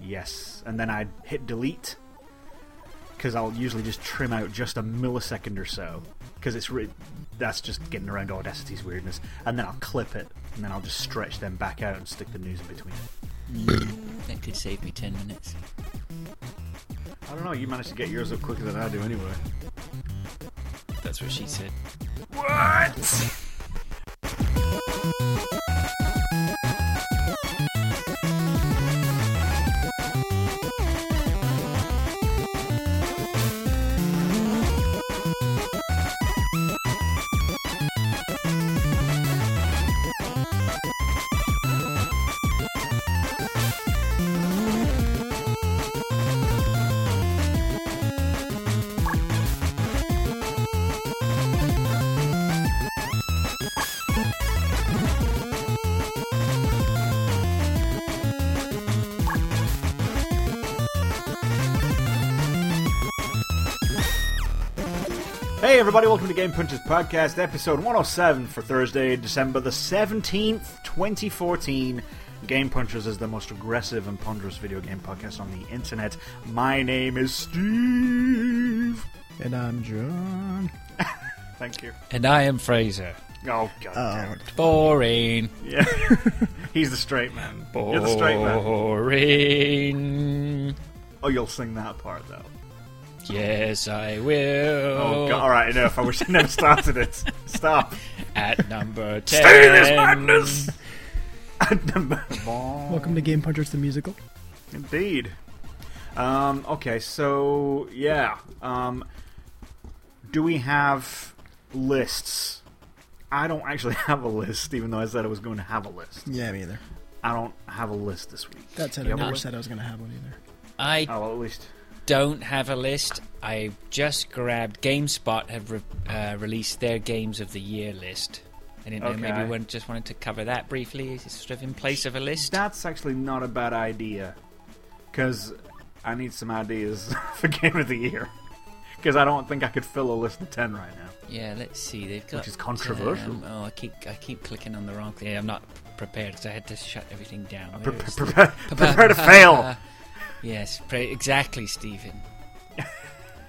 yes. And then I'd hit delete because I'll usually just trim out just a millisecond or so because it's re- that's just getting around Audacity's weirdness. And then I'll clip it and then I'll just stretch them back out and stick the news in between. That could save me 10 minutes. I don't know. You managed to get yours up quicker than I do anyway. That's what she said. What? Hey everybody, welcome to Game Punches Podcast, episode 107 for Thursday, December the 17th, 2014. Game Punchers is the most aggressive and ponderous video game podcast on the internet. My name is Steve. And I'm John. Thank you. And I am Fraser. Oh god. damn Oh, it. Boring. Yeah. He's the straight man. Boring. You're the straight man. Boring. Oh, you'll sing that part though. Yes, I will. Oh god. All right, enough. I wish I never started it. Stop. At number 10. Stay in this madness. And number one. welcome to Game Punchers the musical. Indeed. Um, okay, so yeah. Um, do we have lists? I don't actually have a list, even though I said I was going to have a list. Yeah, me either. I don't have a list this week. That's it. You I have a never list? said I was going to have one either. I Oh, well, at least. don't have a list. I just grabbed GameSpot have re- uh, released their games of the year list. I didn't know. Maybe Okay. we just wanted to cover that briefly, Is it sort of in place of a list. That's actually not a bad idea, because I need some ideas for Game of the Year. Because I don't think I could fill a list of ten right now. Yeah, let's see. They've got is controversial. um, oh, I keep I keep clicking on the wrong thing. I'm not prepared because I had to shut everything down. Pre- Where pre- is pre- the- prepare, to fail. yes, pre- exactly, Stephen.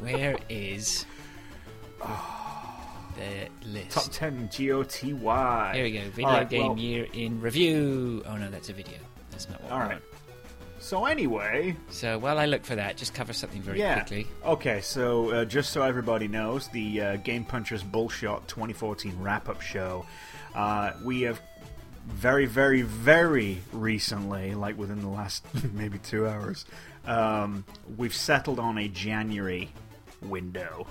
Where is the Top list? ten G O T Y. Here we go. Video Alright, game well- year in review. Oh no, that's a video. That's not what. All we right. want. So anyway, So while I look for that, just cover something very yeah. quickly. Okay, so uh, just so everybody knows, the uh, Game Punchers Bullshot 2014 wrap-up show, uh, we have very, very, very recently, like within the last maybe two hours, um, we've settled on a January window.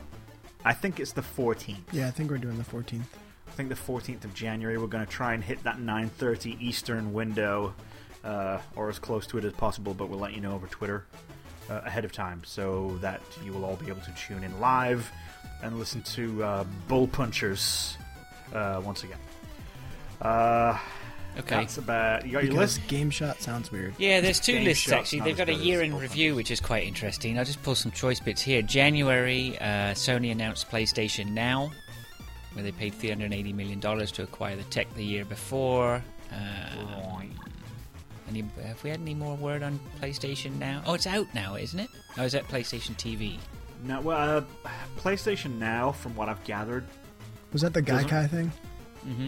I think it's the 14th. Yeah, I think we're doing the 14th. I think the 14th of January. We're going to try and hit that 9:30 Eastern window, uh, or as close to it as possible. But we'll let you know over Twitter uh, ahead of time, so that you will all be able to tune in live and listen to uh, Bull Punchers uh, once again. Uh, Okay. That's about. You got your Because list? Game Shot sounds weird. Yeah, there's two Game lists Shot's actually. not They've as got a good year as in Full review, Frontal. which is quite interesting. I'll just pull some choice bits here. January, uh, Sony announced PlayStation Now, where they paid $380 million to acquire the tech the year before. Uh, Right. any, have we had any more word on PlayStation Now? Oh, it's out now, isn't it? Oh, is that PlayStation TV? Now, well, uh, PlayStation Now, from what I've gathered, Was that the Doesn't- Gaikai thing?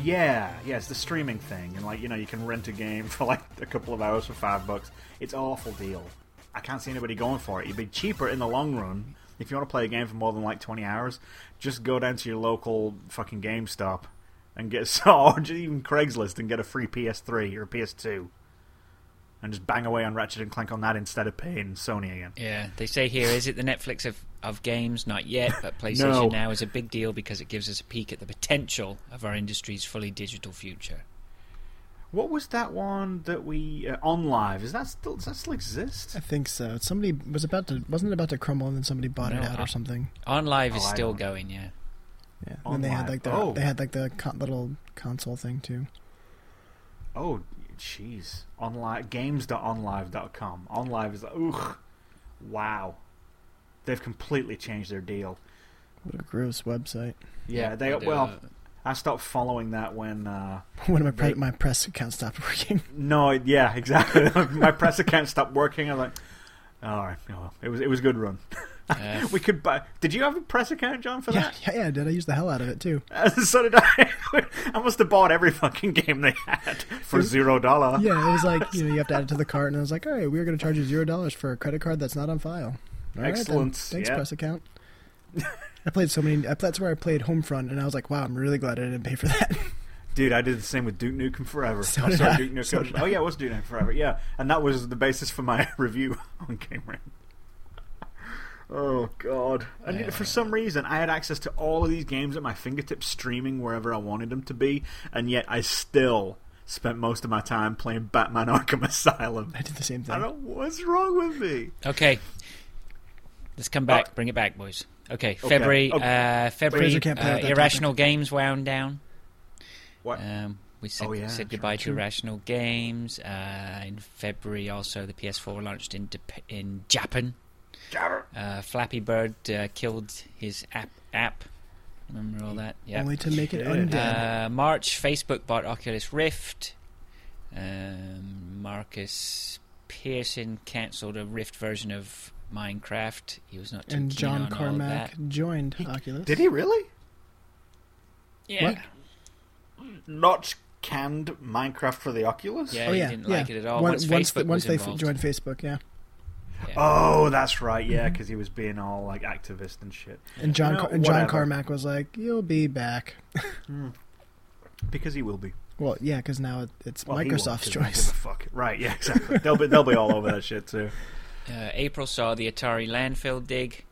Yeah, yeah, it's the streaming thing, and like you know, you can rent a game for like a couple of hours for five bucks. It's an awful deal. I can't see anybody going for it. It'd be cheaper in the long run if you want to play a game for more than like twenty hours. Just go down to your local fucking GameStop and get or just even Craigslist and get a free PS3 or a PS2, and just bang away on Ratchet and Clank on that instead of paying Sony again. Yeah, they say here, is it the Netflix of, of games? Not yet, but PlayStation No. Now is a big deal because it gives us a peek at the potential of our industry's fully digital future. What was that one that we uh, on live? Is that still does that still exist? I think so. Somebody was about to, wasn't it about to crumble, and then somebody bought No, it out I- or something. On Live is Oh, I still don't- going, yeah. Yeah. And then they had Online. like the, Oh. they had like the con- little console thing too. Oh, jeez. Online games.onlive.com. Onlive is ugh. Wow. They've completely changed their deal. What a gross website. Yeah, they I do, well, uh, I stopped following that when. Uh, When my, pre- my press account stopped working. no, it- yeah, exactly. My press account stopped working. I'm like, all right, oh, well, it was it was a good run. Uh, we could buy. Did you have a press account, John? For yeah, yeah, yeah, I did. I used the hell out of it too. that? so did I. I must have bought every fucking game they had for zero dollar. Yeah, it was like you know you have to add it to the cart, and I was like, all right, we're going to charge you zero dollars for a credit card that's not on file. All right, then. Excellent. Thanks, Yeah. press account. I played so many. I- That's where I played Homefront, and I was like, wow, I'm really glad I didn't pay for that. Dude, I did the same with Duke Nukem Forever. So I did saw I. Duke Nukem. So did I. oh yeah, it was Duke Nukem Forever. Yeah, and that was the basis for my review on Game Ring. Oh god! And Yeah. for some reason, I had access to all of these games at my fingertips, streaming wherever I wanted them to be, and yet I still spent most of my time playing Batman: Arkham Asylum. I did the same I thing. don't. What's wrong with me? okay, let's come back. Bring it back, boys. Okay, February. Uh, Okay. Oh, Uh, February. Fraser can't play uh, with that irrational games wound down. What? Um, we said, Oh, yeah, said true, goodbye true. to Irrational Games. Uh, in February, also, the PS4 launched in, Dep- in Japan. Uh, Flappy Bird uh, killed his app. app. Remember Mm. all that? Yeah. Only to make it Yeah. undead. Uh, March, Facebook bought Oculus Rift. Um, Marcus Pearson cancelled a Rift version of Minecraft. He was not too and keen John on all of Carmack that. joined Oculus. Did he really? Yeah, What? Not canned Minecraft for the Oculus? yeah, Oh he yeah, didn't yeah. like it at all. Once- once, once Facebook the- once was they f- involved. joined Facebook, yeah. Oh, that's right. Yeah, because he was being all like activist and shit. And John You know, Car- and John whatever. Carmack was like, "You'll be back." Because he will be. Well, yeah, because now it, it's Well, he won't, Microsoft's 'cause they don't choice. give a fuck. Right? Yeah, exactly. they'll be they'll be all over that shit too. Uh, April saw the Atari landfill dig.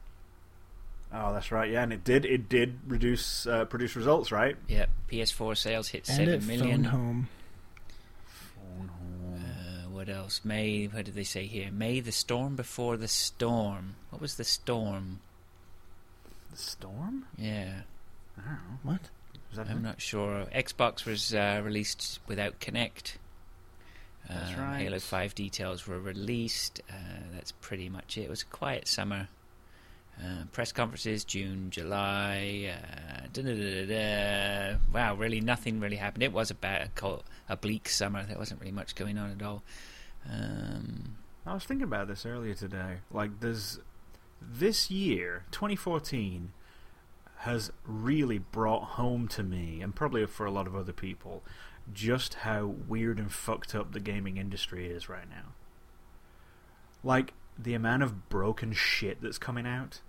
Oh, that's right. Yeah, and it did it did reduce uh, produce results, right? Yeah, PS4 sales hit And it seven phoned million. home. Uh, what else? May. What did they say here? May the storm before the storm. What was the storm? The storm? Yeah, I don't know. What? Is that I'm him? not sure. Xbox was uh, released without Kinect. That's Um, right. Halo 5 details were released. Uh, that's pretty much it. It was a quiet summer. Uh, press conferences, June, July. Uh, da-da-da-da-da. Wow, really, nothing really happened. It was a, bad, co- a bleak summer. There wasn't really much going on at all. Um, I was thinking about this earlier today. Like, there's this year, 2014, has really brought home to me, and probably for a lot of other people, just how weird and fucked up the gaming industry is right now. Like, the amount of broken shit that's coming out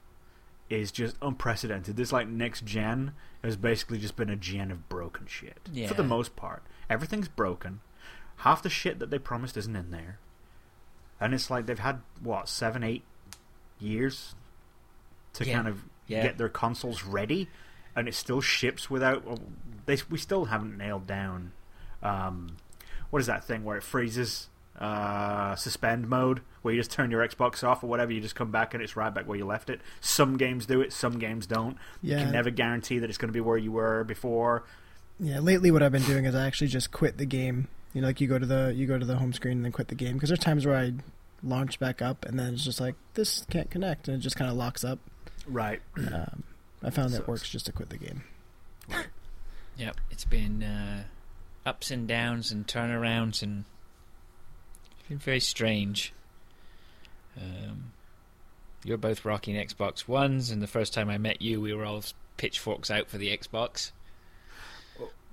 is just unprecedented. This, like, next gen has basically just been a gen of broken shit. For the Yeah. most part, everything's broken. Half the shit that they promised isn't in there. And it's like they've had, what, seven, eight years to Yeah. kind of Yeah. get their consoles ready, and it still ships without. oh, They we still haven't nailed down. Um, what is that thing where it freezes? Uh, suspend mode, where you just turn your Xbox off or whatever, you just come back and it's right back where you left it. Some games do it, some games don't. You Yeah. can never guarantee that it's going to be where you were before. Yeah, lately what I've been doing is I actually just quit the game. You know, like you go to the you go to the home screen and then quit the game because there's times where I launch back up and then it's just like this can't connect and it just kind of locks up. Right. Um, I found that Sucks. works just to quit the game. yep, it's been uh, ups and downs and turnarounds and it's been very strange. Um, you're both rocking Xbox Ones, and the first time I met you, we were all pitchforks out for the Xbox.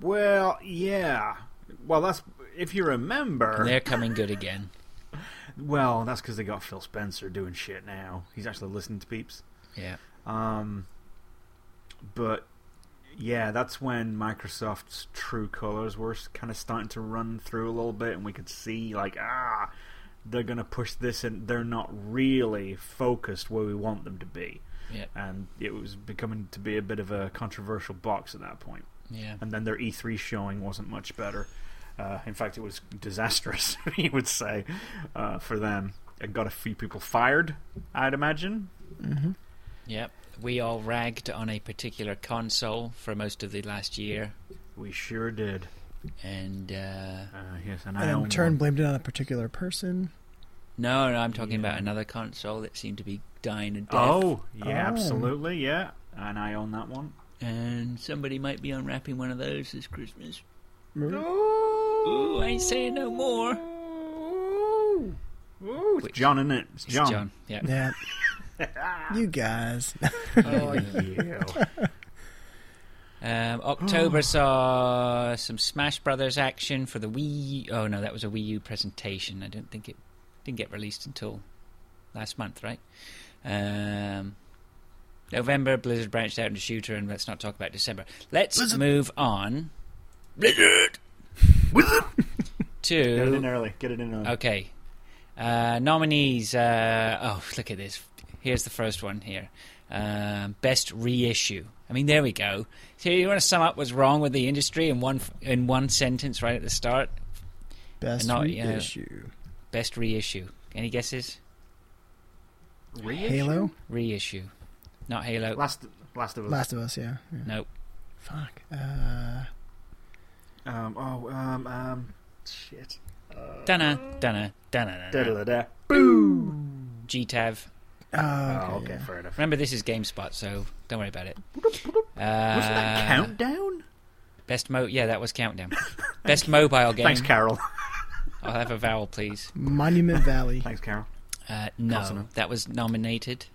Well, yeah. Well, that's if you remember. And they're coming good again. Well, that's because they got Phil Spencer doing shit now. He's actually listening to peeps. Yeah. Um, but yeah, that's when Microsoft's true colors were kind of starting to run through a little bit, and we could see like ah, they're gonna push this, and they're not really focused where we want them to be. Yeah. And it was becoming to be a bit of a controversial box at that point. Yeah. And then their E3 showing wasn't much better. Uh, in fact, it was disastrous, you would say, uh, for them. It got a few people fired, I'd imagine. Mm-hmm. Yep. We all ragged on a particular console for most of the last year, We sure did. and uh, Uh, yes, and, I And in own turn, one. blamed it on a particular person. no, no, I'm talking Yeah. about another console that seemed to be dying a death. Oh, yeah, Oh. absolutely, yeah. And I own that one. and somebody might be unwrapping one of those this Christmas. Remember? Ooh, Ooh, I ain't saying no more. Ooh, Ooh, it's Wait. John, isn't it? It's It's John. John. Yeah. Yeah. you guys. Oh, you. Um, October saw some Smash Brothers action for the Wii. Oh no, that was a Wii U presentation. I don't think it didn't get released until last month, right? Um, November, Blizzard branched out into shooter, and let's not talk about December. Let's Blizzard. move on. Get it in to early. Get it in early. okay uh, nominees. Uh, oh, look at this. Here's the first one here. Um, best reissue. I mean, there we go. So you want to sum up what's wrong with the industry in one in one sentence right at the start? Best Not- yeah. reissue. Best reissue. Any guesses? Reissue? Halo? Reissue. Not Halo. Last, Last of Us. Last of Us, yeah. yeah. Nope. Fuck. Uh, Um, oh, um, um, shit. Uh, Dunna, dunna, dunna, Da da dunna. da da. GTAV. Oh, oh, okay. okay, yeah. fair enough. Remember, this is GameSpot, so don't worry about it. Wasn't that Uh, countdown? Best mo. Yeah, that was countdown. Best mobile game. Thanks, Carol. I'll have a vowel, please. Monument Valley. Thanks, Carol. Uh, no, Consonant. that was nominated.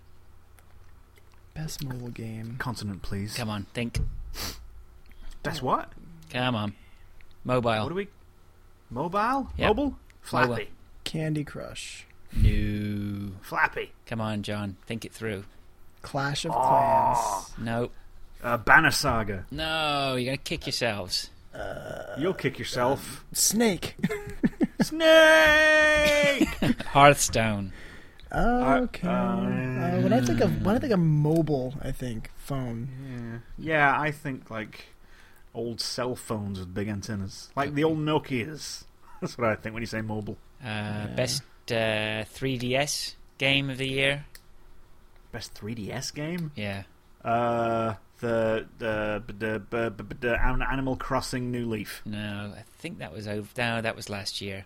Best mobile game. Consonant, please. Come on, think. That's what? Come on, What do mobile. we? Mobile? Yeah. Mobile? Flappy. Mobile. Candy Crush. No. Flappy. Come on, John. Think it through. Clash of Oh. Clans. No. Uh, Banner Saga. No, you're gonna kick yourselves. You'll kick yourself. Snake. Snake. Hearthstone. Okay. uh, Uh, when I think of when I think of mobile, I think phone. yeah, I think like old cell phones with big antennas, like the old Nokia's. That's what I think when you say mobile. Uh, Best uh, 3DS game of the year. Best 3DS game? Yeah. Uh, the the the, the, the, the An- Animal Crossing New Leaf. No, I think that was over. No, that was last year.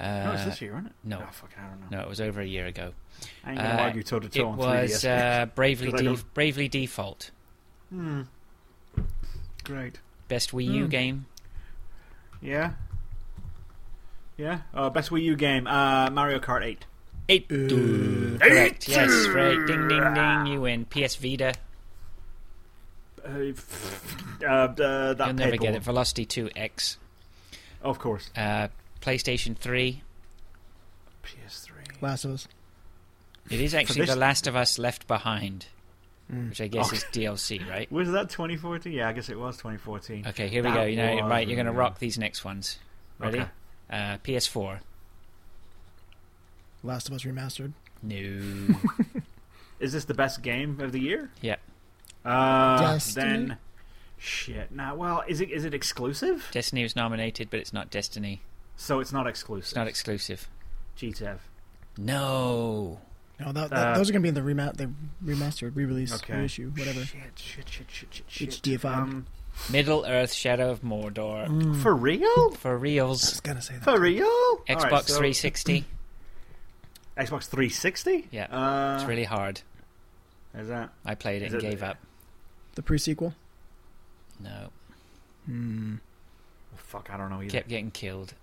Uh, no, it's Oh, this year, isn't it? no. Oh, fucking, I don't know. No, it was over a year ago. I ain't gonna Uh, argue toe to It toe on 3DS. was uh, Bravely 'Cause I De- don't- Bravely Default. Hmm. Great. Best Wii U Hmm. game. Yeah. Yeah. Uh, best Wii U game. Uh, Mario Kart 8. Eight. Uh, Correct. Yes, right. Ding, ding, ding. You win. PS Vita. Uh, f- uh, uh, that You'll never paper get one. it. Velocity 2X. Of course. Uh, PlayStation 3. PS3. Last of Us. It is actually this- The Last of Us Left Behind, Mm. which I guess Oh. is DLC, right? Was that 2014? Yeah, I guess it was 2014. Okay, here we That go. You know, was- right, you're going to rock these next ones. Ready? Okay. Uh, PS4. Last of Us remastered. No. Is this the best game of the year? Yeah. Uh, Destiny? then. Shit. Now, well, is it is it exclusive? Destiny was nominated, but it's not Destiny. So it's not It's exclusive. not exclusive. GTEV. No. No, that, that- Uh, those are gonna be in the rema- the remastered, re-release, Okay. reissue, whatever. Shit, shit, shit, shit, shit, shit. HDFI. Um, Middle Earth Shadow of Mordor. Uh, Mm. For real? For I reals. Mm. was gonna say that. For real? Xbox All right, so- 360. Xbox 360? Yeah. Uh, it's really hard. Is that? I played it is and it- gave up. The pre-sequel. No. Hmm. Fuck, I don't know either. Kept getting killed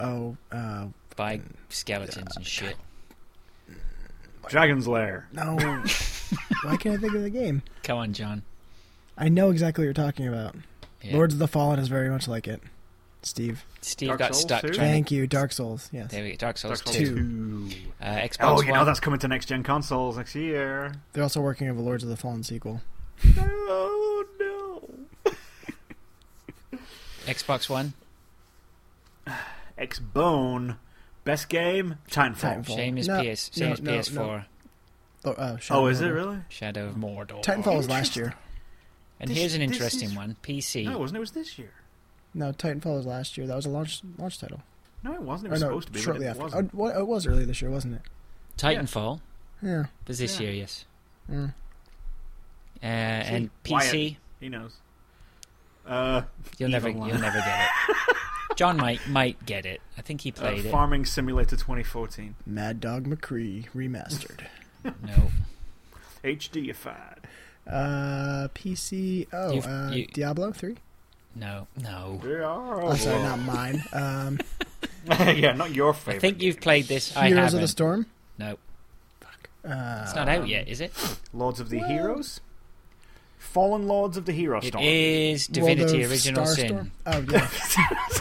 Oh, uh, by skeletons and shit. Dragon's Lair. no. Why can't I think of the game? Come on, John. I know exactly what you're talking about. Yeah. Lords of the Fallen is very much like it. Steve, Steve Dark got Souls stuck too? trying thank you. Dark Souls. Yes. There we go. Dark Souls, Dark Souls 2. 2. Uh, Xbox Oh, you know One. that's coming to next gen consoles next year. They're also working on a Lords of the Fallen sequel. Oh no. Xbox One. X Bone. Best game? Titanfall. Titanfall. Shame is No, PS. Shame no, is no, PS4. Oh, uh, Shadow Oh, is it Warrior. really? Shadow of Mordor. Titanfall was last year. And This- here's an this interesting is- one. PC. No, it wasn't. It was this year. No, Titanfall was last year. That was a launch launch title. No, it wasn't. It Or was Oh, no, supposed to be. shortly but it after. Wasn't. Oh, what- it was earlier this year, wasn't it? Titanfall Yeah. was this Yeah. year, yes. Mm. Uh, and See, Wyatt. PC, Oh. He knows. Uh, you'll never, Evil you'll Eye. never get it. John might might get it. I think he uh, played it. Farming Simulator 2014. Mad Dog McCree remastered. No, HDified. Uh, PC. Oh, You've- uh, you- Diablo three. No, no. Oh, sorry, not mine. Um, yeah, not your I favorite. think you've played this. I Heroes haven't. of the Storm. no, Uh, it's not out yet, is it? Lords of the Heroes, Fallen Lords of the Hero It Storm, is World Divinity: of Original Sin. Starstorm?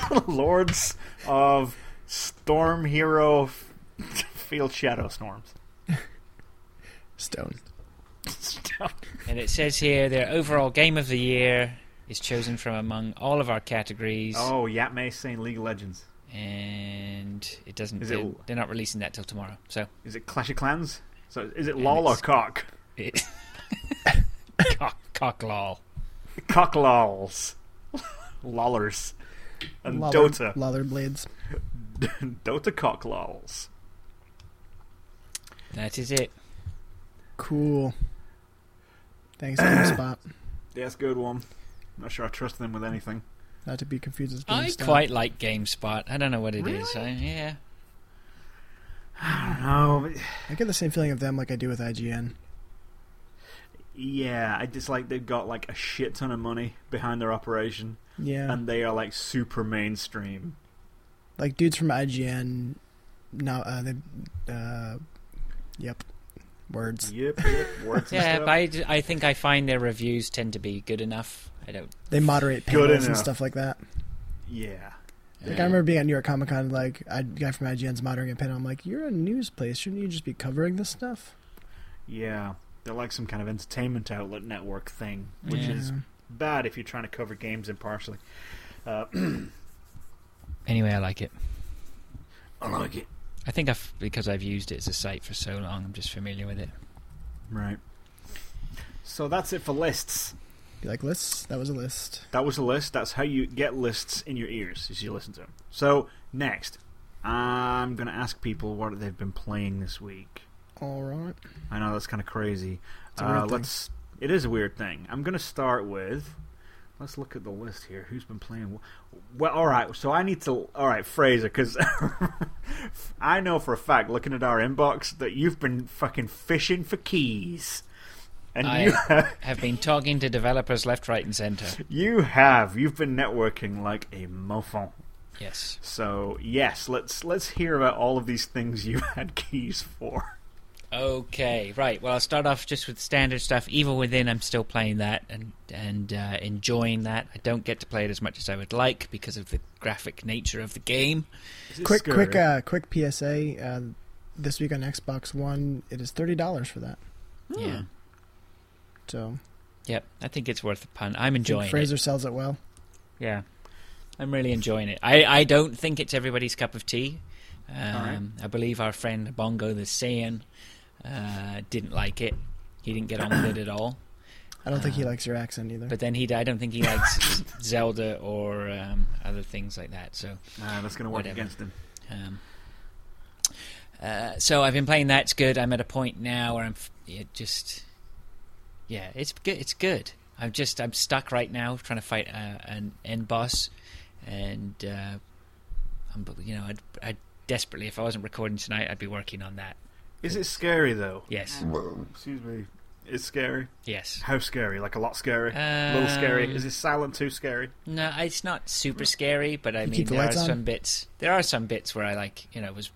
Oh yeah, Lords of Storm Hero F- Field Shadow Storms. Stone. And it says here their overall game of the year is chosen from among all of our categories, oh, Yapme saying League of Legends. and it doesn't. Is it- they're, they're not releasing that till tomorrow, so Is it Clash of Clans? So is it And LOL or it's- cock? it cock, cock lol. Cock lols, lollers, and Lollard- Dota, Lollard Blades. Dota cock lols. That is it. Cool. Thanks for the spot. That's a good one. Not sure I trust them with anything. Not to be confused with I GameStop. quite like GameSpot. I don't know what it is. I, yeah, No, I get the same feeling of them like I do with IGN. Yeah, I just like they've got like a shit ton of money behind their operation, Yeah, and they are like super mainstream. like dudes from IGN. Now uh, they, uh, yep, words. Yep, yep, works and yeah. stuff. But I, d- I think I find their reviews tend to be good enough. I don't. They moderate Good panels and enough. stuff like that. yeah. Like I remember being at New York Comic Con, like I guy from IGN's moderating a panel. I'm like, you're a news place, shouldn't you just be covering this stuff? yeah, they're like some kind of entertainment outlet network thing, which Yeah. is bad if you're trying to cover games impartially. Uh, uh, Anyway, I like it. I like it. I think I've because I've used it as a site for so long. I'm just familiar with it. Right. So that's it for lists. Be like lists. That was a list. That was a list. That's how you get lists in your ears is you listen to them. So next, I'm gonna ask people what they've been playing this week. All right. I know that's kind of crazy. It's a weird uh, thing. Let's. It is a weird thing. I'm going to start with. Let's look at the list here. Who's been playing? wh- Well, all right. So I need to. All right, Fraser, because I know for a fact, looking at our inbox, that you've been fucking fishing for keys, and I- you Have been talking to developers left, right, and centre. you have you've been networking like a muffin. Yes. So yes, let's let's hear about all of these things you had keys for. Okay, right. Well, I'll start off just with standard stuff. Evil Within, I'm still playing that and and uh, enjoying that. I don't get to play it as much as I would like because of the graphic nature of the game. Is it Quick, scary? quick, uh, quick PSA. Uh, this week on Xbox One, it is thirty dollars for that. Yeah. So Yep. I think it's worth a pun. I'm I think enjoying it. Fraser sells it well. Yeah. I'm really enjoying it. I, I don't think it's everybody's cup of tea. Um, right. I believe our friend Bongo the Saiyan uh, didn't like it. He didn't get on with it at all. I don't think he likes your accent either. But then he, I don't think he likes Zelda or um, other things like that. So Nah, that's going to work Whatever. against him. Um, uh, so I've been playing that's good. I'm at a point now where I'm f- yeah, just yeah, it's good. It's good. I'm just I'm stuck right now trying to fight uh, an end boss, and uh, I'm you know I'd, I'd desperately if I wasn't recording tonight I'd be working on that. Is it scary though? Yes, Excuse me. It's scary. yes. How scary? Like a lot scary. a little scary. Um, Is this silent too scary? No, it's not super scary, but I You mean, keep the there are lights on? some bits. There are some bits where I like, you know, was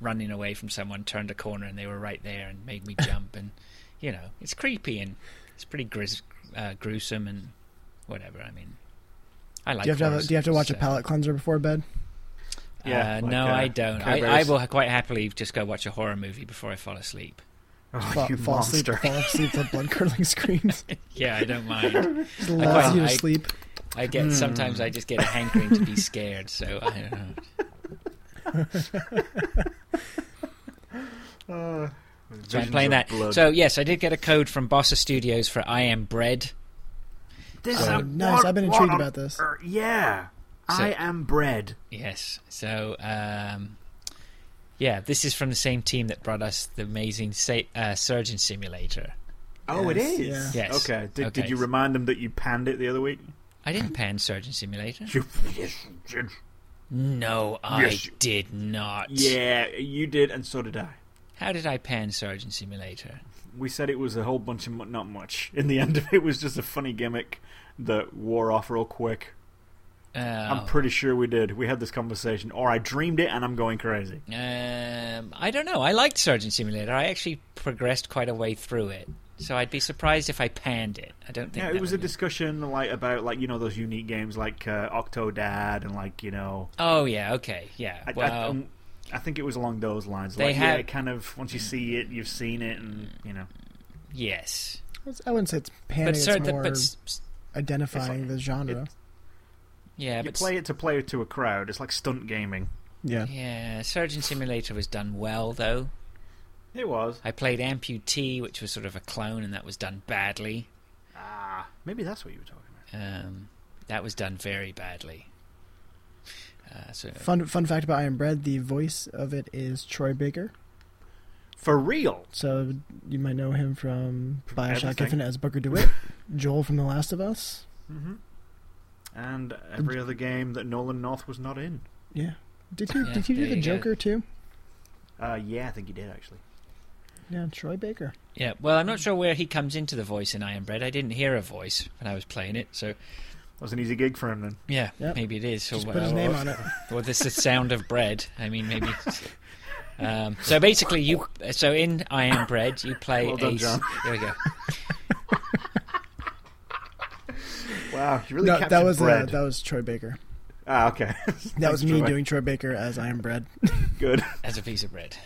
running away from someone, turned a corner, and they were right there and made me jump, and you know, it's creepy and it's pretty gris- uh, gruesome and whatever. I mean, I like. do you have to have, horror a- do you have to watch a stuff. palate cleanser before bed? Yeah, uh, like, no, uh, I don't. Care I, I Bears. will quite happily just go watch a horror movie before I fall asleep. Oh, Fall, you fall asleep, monster. fall asleep for blood curdling screams. Yeah, I don't mind. Just lulls quite- you to I- sleep. I get sometimes Hmm. I just get a hankering to be scared, so I don't know. Uh, So I'm visions playing of that. blood. So yes, I did get a code from Bossa Studios for I Am Bread. this Oh, I- nice, what- I've been what intrigued on about this. earth- Er, yeah. I So- am bread. Yes. So, um, yeah, this is from the same team that brought us the amazing sa- uh, Surgeon Simulator. Oh, Yes, it is. yeah. Yes. Okay. Did, did Okay. you remind them that you panned it the other week? I didn't pan Surgeon Simulator. You, yes, you did. No, I Yes, you- did not. Yeah, you did, and so did I. How did I pan Surgeon Simulator? we said it was a whole bunch of mu- not much. In the end, it was just a funny gimmick that wore off real quick. I'm Oh. pretty sure we did. We had this conversation, or I dreamed it, and I'm going crazy. Um, I don't know. I liked Surgeon Simulator. I actually progressed quite a way through it, so I'd be surprised if I panned it. I don't think. Yeah, that it was a would be- discussion like about like you know those unique games like uh, Octodad and like you know. Oh yeah. Okay. Yeah. I, well, I, um, I think it was along those lines. They like, yeah, had- Mm. it kind of once you see it, you've seen it, and you know. yes. It's- I wouldn't say it's panning. But It's sir, the, more but s- s- identifying it's like- the genre. it's- yeah, you but s- play it to play it to a crowd. It's like stunt gaming. yeah. yeah, Surgeon Simulator was done well though. It was. I played Amputee, which was sort of a clone, and that was done badly. Ah, maybe that's what you were talking about. Um, that was done very badly. Uh, so Fun fun fact about I Am Bread: the voice of it is Troy Baker. For real. So you might know him from Bioshock everything. Infinite as Booker DeWitt, Joel from The Last of Us. hmm And every other game that Nolan North was not in. Yeah. Did you Yeah, did you do there the you go. Joker too? Uh, yeah, I think he did actually. Yeah, Troy Baker. yeah, well, I'm not sure where he comes into the voice in Iron Bread. I didn't hear a voice when I was playing it, so That was an easy gig for him then. Yeah, Yep. maybe it is. Just or, put his or, name on it. or this is sound of bread. I mean, maybe. it's- Um, so basically, you so in I Am Bread, you play. Well done, a, John. There we go. Wow, you really No, captured that was uh, bread. that was Troy Baker. Ah, okay. That was Thanks, me Troy. doing Troy Baker as I Am Bread. good. As a piece of bread.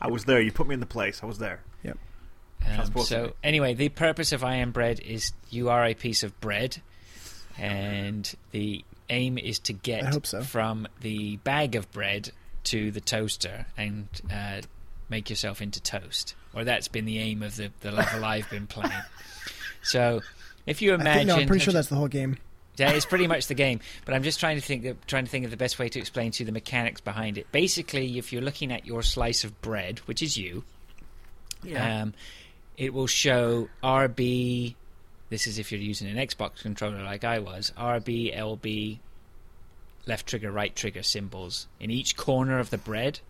I was there. You put me in the place. I was there. Um, Transported me. so anyway, the purpose of I Am Bread is you are a piece of bread, and the aim is to get I hope so. from the bag of bread to the toaster and uh, make yourself into toast. Or that's been the aim of the the level I've been playing. So. If you imagine, I think, no, I'm pretty sure if- that's the whole game. Yeah, it's pretty much the game, but I'm just trying to think of, trying to think of the best way to explain to you the mechanics behind it. Basically, if you're looking at your slice of bread, which is you, um, it will show RB. This is if you're using an Xbox controller like I was. RB, LB, left trigger, right trigger symbols in each corner of the bread.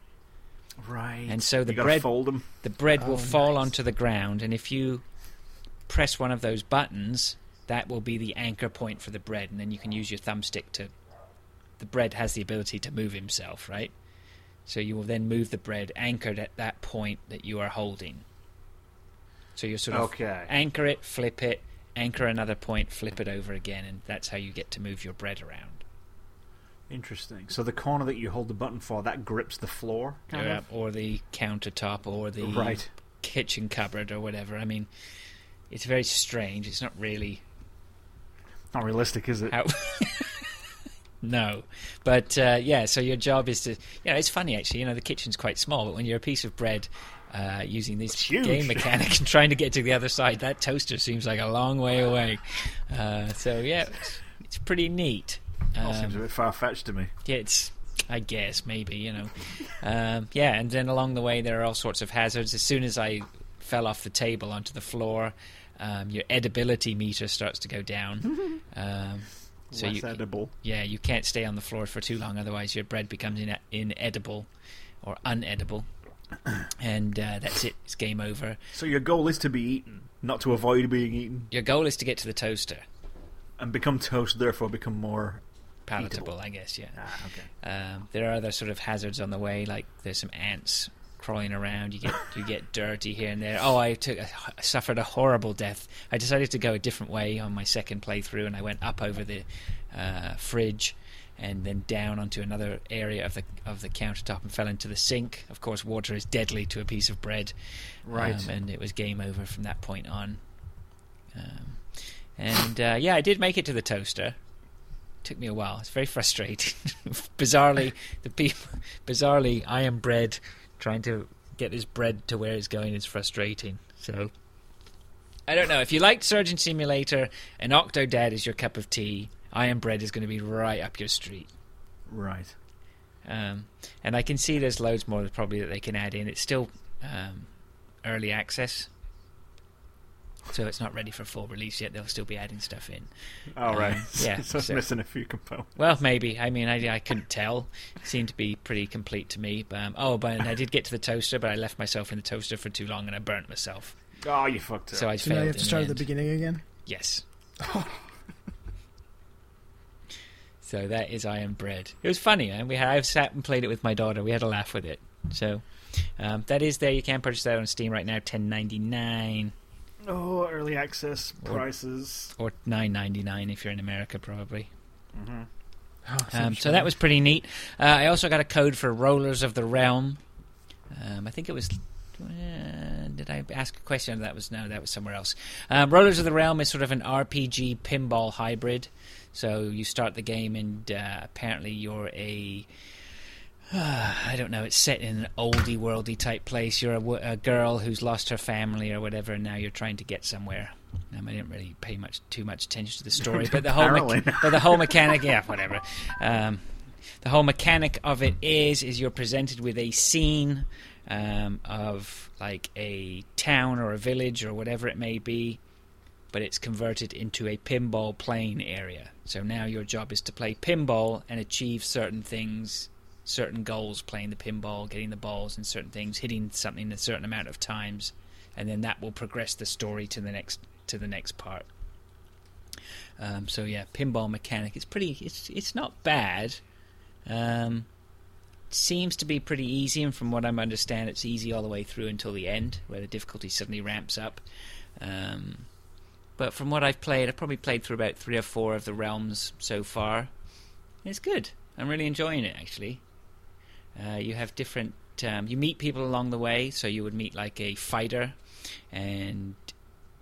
right. and so the you gotta bread- fold them. The bread Oh, will fall nice. onto the ground, and if you press one of those buttons, that will be the anchor point for the bread, and then you can use your thumbstick to. The bread has the ability to move himself, right? So you will then move the bread anchored at that point that you are holding. So you're sort of Okay. anchor it, flip it, anchor another point, flip it over again, and that's how you get to move your bread around. Interesting. So the corner that you hold the button for that grips the floor, kind Or, or the countertop, or the of. Right. kitchen cupboard or whatever. I mean, it's very strange. It's not really Not realistic, is it? how. no, but uh, yeah. So your job is to. You know, it's funny actually. You know, the kitchen's quite small, but when you're a piece of bread. Uh, using this It's huge. game mechanic and trying to get to the other side, that toaster seems like a long way away. Uh, so yeah, it's, it's pretty neat. All seems a Um, bit far fetched to me. yeah, it's I guess maybe you know, um, yeah. And then along the way there are all sorts of hazards. As soon as I fell off the table onto the floor, um, your edibility meter starts to go down. Um, so Less you, edible. yeah, you can't stay on the floor for too long, otherwise your bread becomes ine- inedible or unedible. And uh, that's it. It's game over. So your goal is to be eaten, not to avoid being eaten, Your goal is to get to the toaster, and become toast. Therefore, become more. palatable, I guess. Yeah. Ah, okay. Um, there are other sort of hazards on the way, like there's some ants crawling around. You get you get dirty here and there. Oh, I took I suffered a horrible death. I decided to go a different way on my second playthrough, and I went up over the uh, fridge, and then down onto another area of the of the countertop, and fell into the sink. Of course, water is deadly to a piece of bread, Right. um, and it was game over from that point on. Um, and uh, yeah, I did make it to the toaster. Took me a while. It's very frustrating. bizarrely, the people, bizarrely, I am bread. Trying to get this bread to where it's going is frustrating. So, I don't know. If you liked Surgeon Simulator and Octodad is your cup of tea, I am bread is going to be right up your street. right. Um, and I can see there's loads more that probably that they can add in. It's still um, early access, so it's not ready for full release yet. They'll still be adding stuff in. All right. um, yeah, so it's so- missing a few components. Well, maybe. I mean, I, I couldn't tell. It seemed to be pretty complete to me. But, um, oh, but I did get to the toaster, but I left myself in the toaster for too long and I burnt myself. Oh, you fucked up. So I So now failed. you have to in start the at the end. beginning again. Yes. so that is Iron Bread. It was funny, and we had, I've sat and played it with my daughter. We had a laugh with it. So um, that is there. You can purchase that on Steam right now, ten ninety nine oh, early access Or- prices. or nine ninety nine if you're in America, probably. hmm Oh, Um, much so that fun. was pretty neat. Uh, I also got a code for Rollers of the Realm. Um, I think it was. Uh, did I ask a question? That was no. That was somewhere else. Um, Rollers of the Realm is sort of an RPG pinball hybrid. So you start the game, and uh, apparently you're a. I don't know. It's set in an oldie worldy type place. You're a, wo- a girl who's lost her family or whatever, and now you're trying to get somewhere. Um, I didn't really pay much too much attention to the story, but the whole mecha- Apparently. but the whole mechanic, yeah, whatever. Um, the whole mechanic of it is is you're presented with a scene um, of like a town or a village or whatever it may be, but it's converted into a pinball playing area. So now your job is to play pinball and achieve certain things, certain goals, playing the pinball, getting the balls in certain things, hitting something a certain amount of times, and then that will progress the story to the next to the next part. Um, so yeah, pinball mechanic. It's pretty. It's it's not bad. Um, seems to be pretty easy, and from what I understand, it's easy all the way through until the end, where the difficulty suddenly ramps up. Um, but from what I've played, I've probably played through about three or four of the realms so far. It's good. I'm really enjoying it, actually. Uh, you have different. Um, you meet people along the way, so you would meet like a fighter, and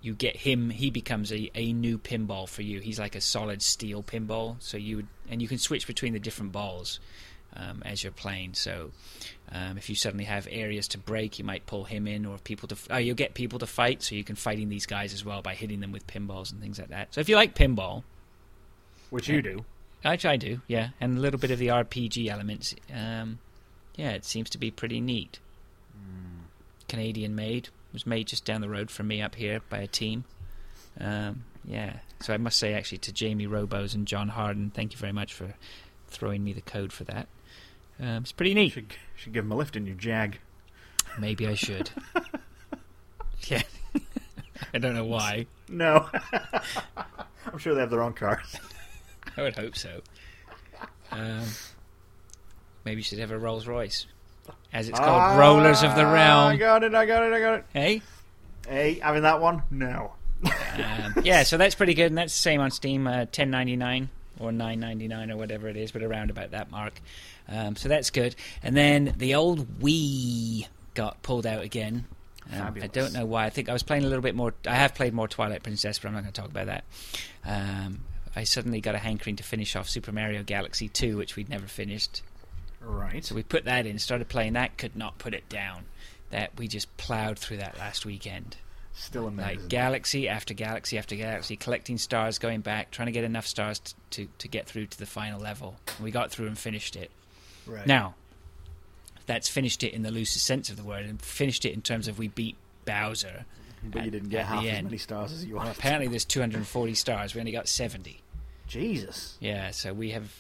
you get him. He becomes a, a new pinball for you. He's like a solid steel pinball. So you would, and you can switch between the different balls um, as you're playing. So um, if you suddenly have areas to break, you might pull him in, or if people to f- oh, you'll get people to fight. So you can fighting these guys as well by hitting them with pinballs and things like that. So if you like pinball, Which you do. which I do, yeah, and a little bit of the RPG elements. Um, yeah, it seems to be pretty neat. Canadian made It was made just down the road from me up here by a team. Um, yeah, so I must say actually to Jamie Robos and John Harden, thank you very much for throwing me the code for that. Um, it's pretty neat. Should, should give him a lift in your Jag. Maybe I should. yeah, I don't know why. No. I'm sure they have their own cars. I would hope so. Um, maybe you should have a Rolls Royce, as it's called, Rollers of the Ah, I Realm. got it, I got it, I got it. Hey, Hey, having that one? No. um, yeah, so that's pretty good, and that's the same on Steam, uh, ten ninety nine or nine ninety nine or whatever it is, but around about that mark. Um, so that's good. And then the old Wii got pulled out again. Um, I Fabulous. don't know why. I think I was playing a little bit more. I have played more Twilight Princess, but I'm not going to talk about that. Um, I suddenly got a hankering to finish off Super Mario Galaxy 2, which we'd never finished. Right. So we put that in, started playing that, could not put it down. That we just plowed through that last weekend. Still amazing. Like galaxy after galaxy after galaxy, collecting stars, going back, trying to get enough stars t- to to get through to the final level. And we got through and finished it. right. Now, that's finished it in the loosest sense of the word, and finished it in terms of we beat Bowser. but you at- didn't get at half the as end. many stars as you Well, wanted. apparently, there's 240 stars. We only got 70. Jesus. Yeah, so we have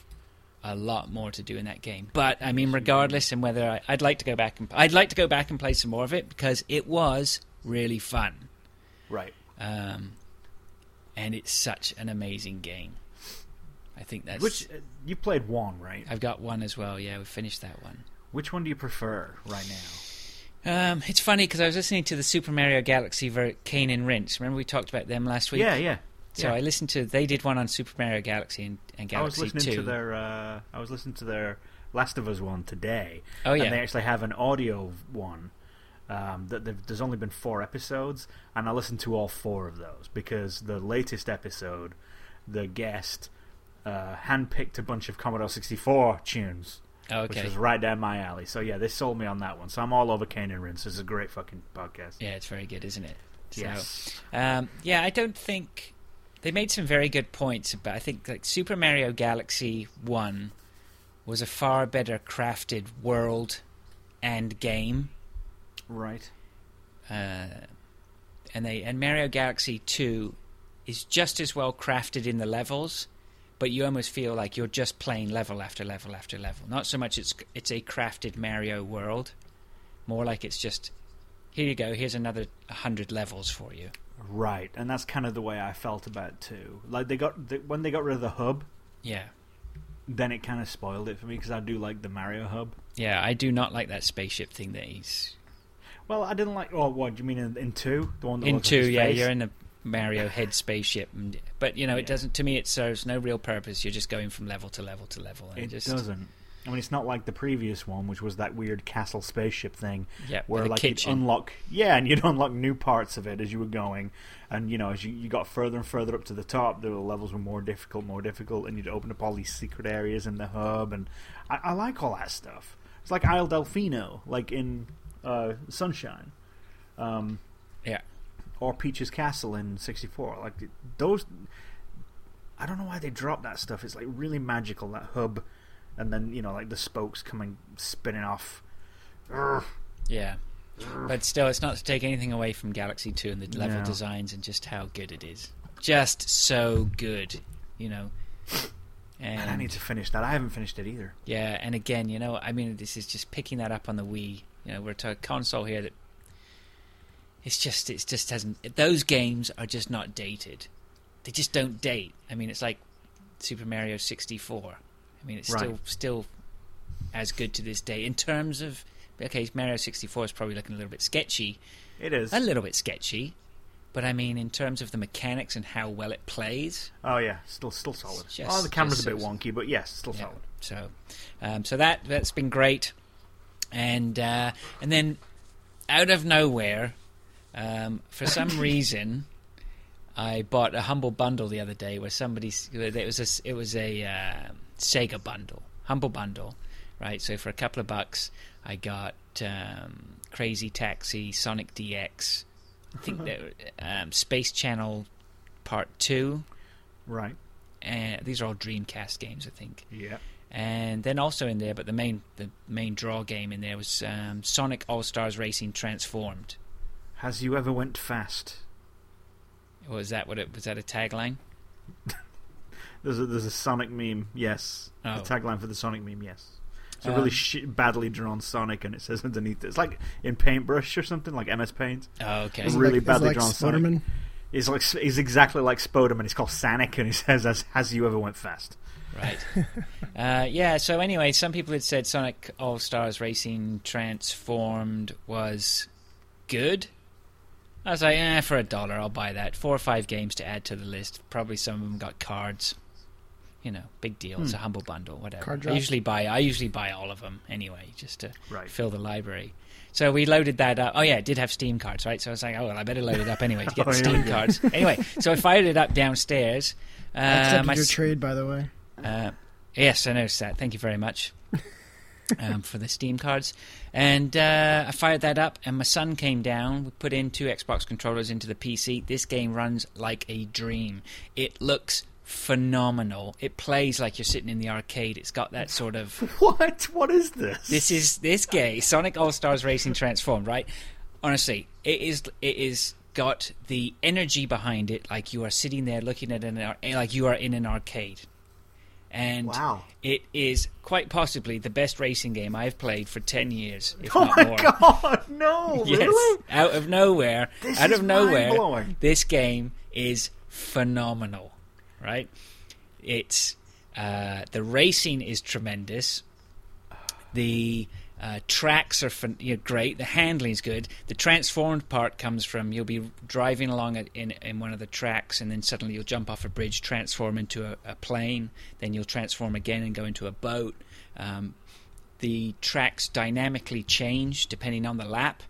a lot more to do in that game. But I mean, regardless, and whether I, I'd like to go back and I'd like to go back and play some more of it because it was really fun, Right. um, and it's such an amazing game. I think that's Which uh, you played one, right? I've got one as well. Yeah, we finished that one. Which one do you prefer right now? Um, it's funny because I was listening to the Super Mario Galaxy ver- Kane and Rince. Remember we talked about them last week? Yeah, yeah. So yeah. I listened to they did one on Super Mario Galaxy and, and I was Galaxy listening Two. to their uh, I was listening to their Last of Us one today. Oh, yeah. And they actually have an audio one. Um, that they've- there's only been four episodes, and I listened to all four of those because the latest episode, the guest uh, handpicked a bunch of Commodore 64 tunes, Oh, okay. which was right down my alley. So yeah, they sold me on that one. So I'm all over Kane and Rince. It's a great fucking podcast. Yeah, it's very good, isn't it? So, Yes. Um, yeah, I don't think they made some very good points, but I think like Super Mario Galaxy One was a far better crafted world and game, Right. uh, and they and Mario Galaxy Two is just as well crafted in the levels, but you almost feel like you're just playing level after level after level. Not so much it's it's a crafted Mario world, more like it's just here you go. Here's another hundred levels for you. Right, and that's kind of the way I felt about it too. Like they got the, when they got rid of the hub, Yeah, then it kind of spoiled it for me because I do like the Mario hub. yeah. I do not like that spaceship thing that he's Well, I didn't like. Oh, what do you mean in, in two? The one that in looks like two. his Yeah, face? you're in the Mario head spaceship, and, but you know it Yeah. doesn't. To me, it serves no real purpose. You're just going from level to level to level. And It just, doesn't. I mean, it's not like the previous one, which was that weird castle spaceship thing, Yeah, where with a like kitchen. you'd unlock, yeah, and you'd unlock new parts of it as you were going, and you know, as you, you got further and further up to the top, the levels were more difficult, more difficult, and you'd open up all these secret areas in the hub, and I, I like all that stuff. It's like Isle Delfino, like in uh, Sunshine, um, Yeah. or Peach's Castle in '64. Like it- those, I don't know why they dropped that stuff. It's like really magical that hub, and then you know, like the spokes coming spinning off. Urgh. Yeah. But still, it's not to take anything away from Galaxy 2 and the level No. designs and just how good it is. Just so good, you know. Man, I And need to finish that. I haven't finished it either. yeah, and again, you know, I mean, this is just picking that up on the Wii. You know, we're to a console here that it's just it just hasn't. Those games are just not dated. They just don't date. I mean, it's like Super Mario 64. I mean, it's Right. still still as good to this day in terms of. Okay, Mario 64 is probably looking a little bit sketchy, It is. a little bit sketchy, but I mean, in terms of the mechanics and how well it plays, Oh yeah, still still solid. It's just- oh, the camera's just a bit so- wonky, but yes, still yeah, solid. so um, so that that's been great, and uh, and then out of nowhere, um, for some reason, I bought a humble bundle the other day where somebody s- it was a s- it was a uh, Sega bundle, humble bundle, right? So for a couple of bucks, I got um, Crazy Taxi, Sonic DX, I think that um, Space Channel Part Two. Right. Uh, these are all Dreamcast games, I think Yeah. and then also in there, but the main the main draw game in there was um, Sonic All Stars Racing Transformed. Has you ever went fast? Was that what it was? That a tagline? There's a, there's a Sonic meme. Yes. Oh. The tagline for the Sonic meme. Yes. It's a Um, really sh- badly drawn Sonic, and it says underneath it. It's like in Paintbrush or something, like MS Paint. Oh, okay. Is it Really like, badly is it drawn like Sonic. Spider-Man? He's like he's exactly like Spoderman. He's called Sonic, and he says, "Has, has you ever went fast?" Right. uh, yeah. So anyway, some people had said Sonic All Stars Racing Transformed was good. I was like, eh, for a dollar, I'll buy that. Four or five games to add to the list. Probably some of them got cards. You know, big deal. It's a humble bundle, whatever. Hmm. Card I drop. usually buy. I usually buy all of them anyway, just to Right. fill the library. So we loaded that up. Oh yeah, it did have Steam cards, right? So I was like, oh well, I better load it up anyway to get Oh, the here Steam we go. cards. Anyway, so I fired it up downstairs. Uh, I accepted my your s- trade, by the way. uh, yes, I noticed that. Thank you very much um, for the Steam cards. And uh, I fired that up, and my son came down. We put in two Xbox controllers into the PC. This game runs like a dream. It looks phenomenal. It plays like you're sitting in the arcade. It's got that sort of What? What is this? this is this gay Sonic All Stars Racing Transformed, right? Honestly, it is it is got the energy behind it, like you are sitting there looking at an ar- like you are in an arcade, and Wow. it is quite possibly the best racing game I've played for ten years, if Oh not my more. god! No, Yes, Oh, really? out of nowhere, This out is of nowhere, mind-blowing. this game is phenomenal, right? It's uh, the racing is tremendous. The uh, tracks are fin- you know, great. The handling is good. The transformed part comes from you'll be driving along a- in in one of the tracks, and then suddenly you'll jump off a bridge, transform into a, a plane, then you'll transform again and go into a boat. Um, the tracks dynamically change depending on the lap.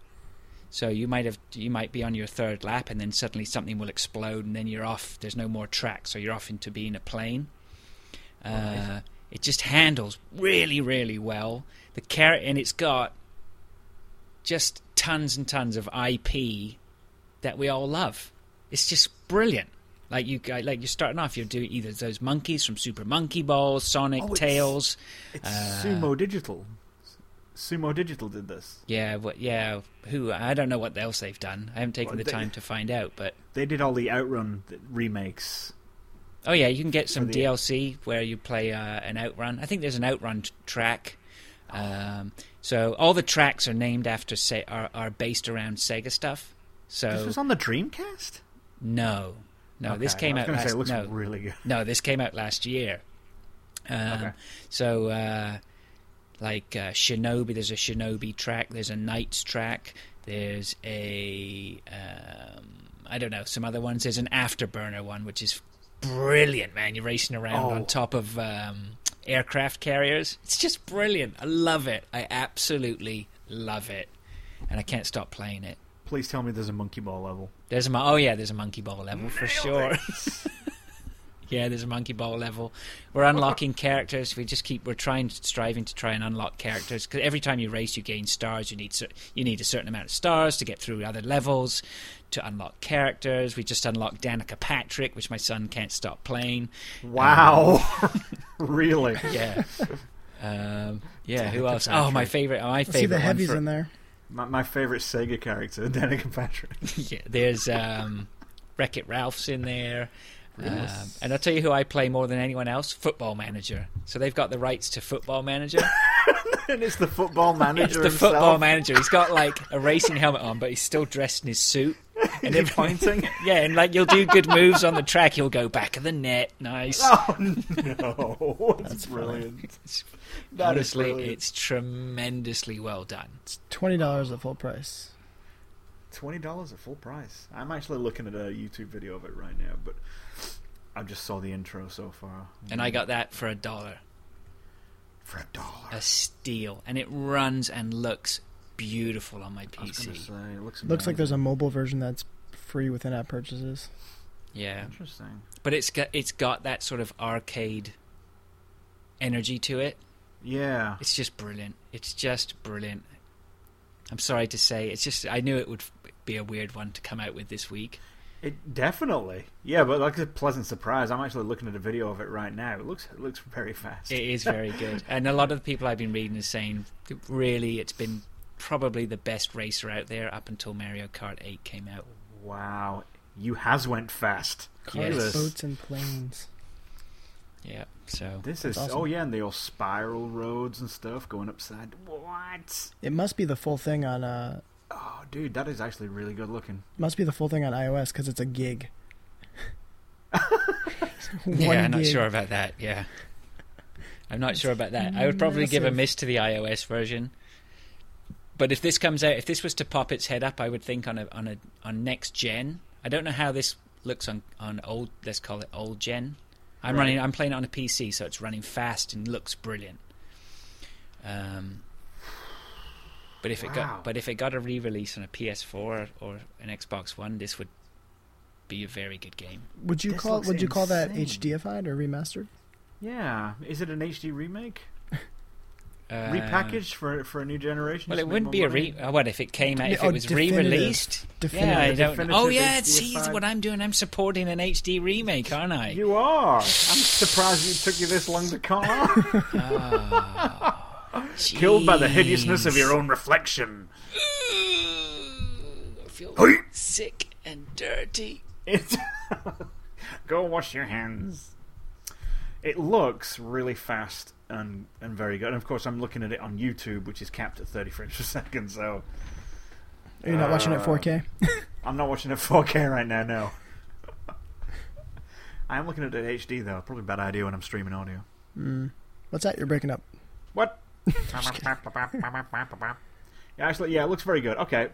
So you might have you might be on your third lap, and then suddenly something will explode, and then you're off. There's no more track, so you're off into being a plane. Uh, It just handles really, really well. The carrot, and it's got just tons and tons of IP that we all love. It's just brilliant. Like you, like you're starting off, you're doing either those monkeys from Super Monkey Ball, Sonic, Oh, it's- Tails. It's Uh, Sumo Digital. Sumo Digital did this. Yeah, what? Yeah, who? I don't know what else they've done. I haven't taken Well, the they- time to find out. But They did all the Outrun th- remakes. oh yeah, you can get some the- DLC where you play uh, an Outrun. I think there's an Outrun t- track. Um, so all the tracks are named after se- are are based around Sega stuff. So This was on the Dreamcast. no, Oh. no, this Okay, came I was out gonna last. say, it looks no, really good. no, this came out last year. Um, Okay. So, uh, like uh, Shinobi, there's a Shinobi track, there's a Knights track, there's a um, I don't know some other ones. There's an Afterburner one, which is brilliant, man. You're racing around Oh. on top of um, aircraft carriers. It's just brilliant. I love it. I absolutely love it, and I can't stop playing it. Please tell me there's a monkey ball level. There's a mon- oh yeah, there's a monkey ball level for sure. yeah, there's a monkey ball level. We're unlocking characters. We just keep we're trying striving to try and unlock characters because every time you race, you gain stars. You need cer- you need a certain amount of stars to get through other levels to unlock characters. We just unlocked Danica Patrick, which my son can't stop playing. Wow, really? Um, Yeah. Um, yeah, who Danica else? Oh, my Patrick. favorite. My See the favorite. one heavies for- in there. My, my favorite Sega character, Danica Patrick. yeah, there's um, Wreck It Ralph's in there. Um, and I'll tell you who I play more than anyone else Football Manager. So they've got the rights to Football Manager. and it's the football manager. it's the himself. Football Manager. He's got like a racing helmet on, but he's still dressed in his suit. Is And he every- pointing. Yeah, and like you'll do good moves on the track. He'll go back of the net. Nice. Oh no! That's brilliant. It's- That is Honestly, brilliant. it's tremendously well done. It's twenty dollars at full price. Twenty dollars at full price. I'm actually looking at a YouTube video of it right now, but I just saw the intro so far. And I got that for a dollar. for a dollar. A steal. And it runs and looks beautiful on my I was PC. gonna say, it looks Looks like there's amazing. a mobile version that's free with in-app purchases. Yeah. interesting. but it's got it's got that sort of arcade energy to it. Yeah, It's just brilliant. It's just brilliant. I'm sorry to say, it's just I knew it would be a weird one to come out with this week. it definitely. Yeah, but like a pleasant surprise. I'm actually looking at a video of it right now. It looks it looks very fast. It is very good, and a lot of the people I've been reading is saying really it's been probably the best racer out there up until Mario Kart 8 came out. wow, you has went fast. Cars, Yes. boats, and planes. Yeah, so This That's is awesome. oh yeah, and the old spiral roads and stuff going upside. What? It must be the full thing on uh, Oh, dude, that is actually really good looking. must be the full thing on iOS because it's a gig. One yeah, I'm not gig. sure about that. Yeah, I'm not sure about that. I Mm, would probably give a massive. miss to the iOS version. But if this comes out, if this was to pop its head up, I would think on a on a on next gen. I don't know how this looks on on old. Let's call it old gen. I'm Right. running. I'm playing it on a PC, so it's running fast and looks brilliant. Um, but if it Wow. got but if it got a re-release on a PS4 or an Xbox One, this would be a very good game. Would you This call looks Would you call that insane. HDified or remastered? Yeah, is it an HD remake, Uh, repackaged for for a new generation? Well, Just it make wouldn't more be a money? re. uh, What if it came out? If Oh, it was definitive. re-released? Yeah, I Definitive. don't know. Oh Definitive yeah, HD see that's five. what I'm doing. I'm supporting an HD remake, aren't I? You are. I'm surprised it took you this long to come on. Killed by the hideousness of your own reflection. I feel sick and dirty. It. Go wash your hands. It looks really fast and and very good. And of course, I'm looking at it on YouTube, which is capped at 30 frames per second. So uh, You're not watching it 4K. I'm not watching it 4K right now. No. I am looking at it HD though. Probably a bad idea when I'm streaming audio. What's that? You're breaking up. What? Yeah, actually, yeah, it looks very good. Okay,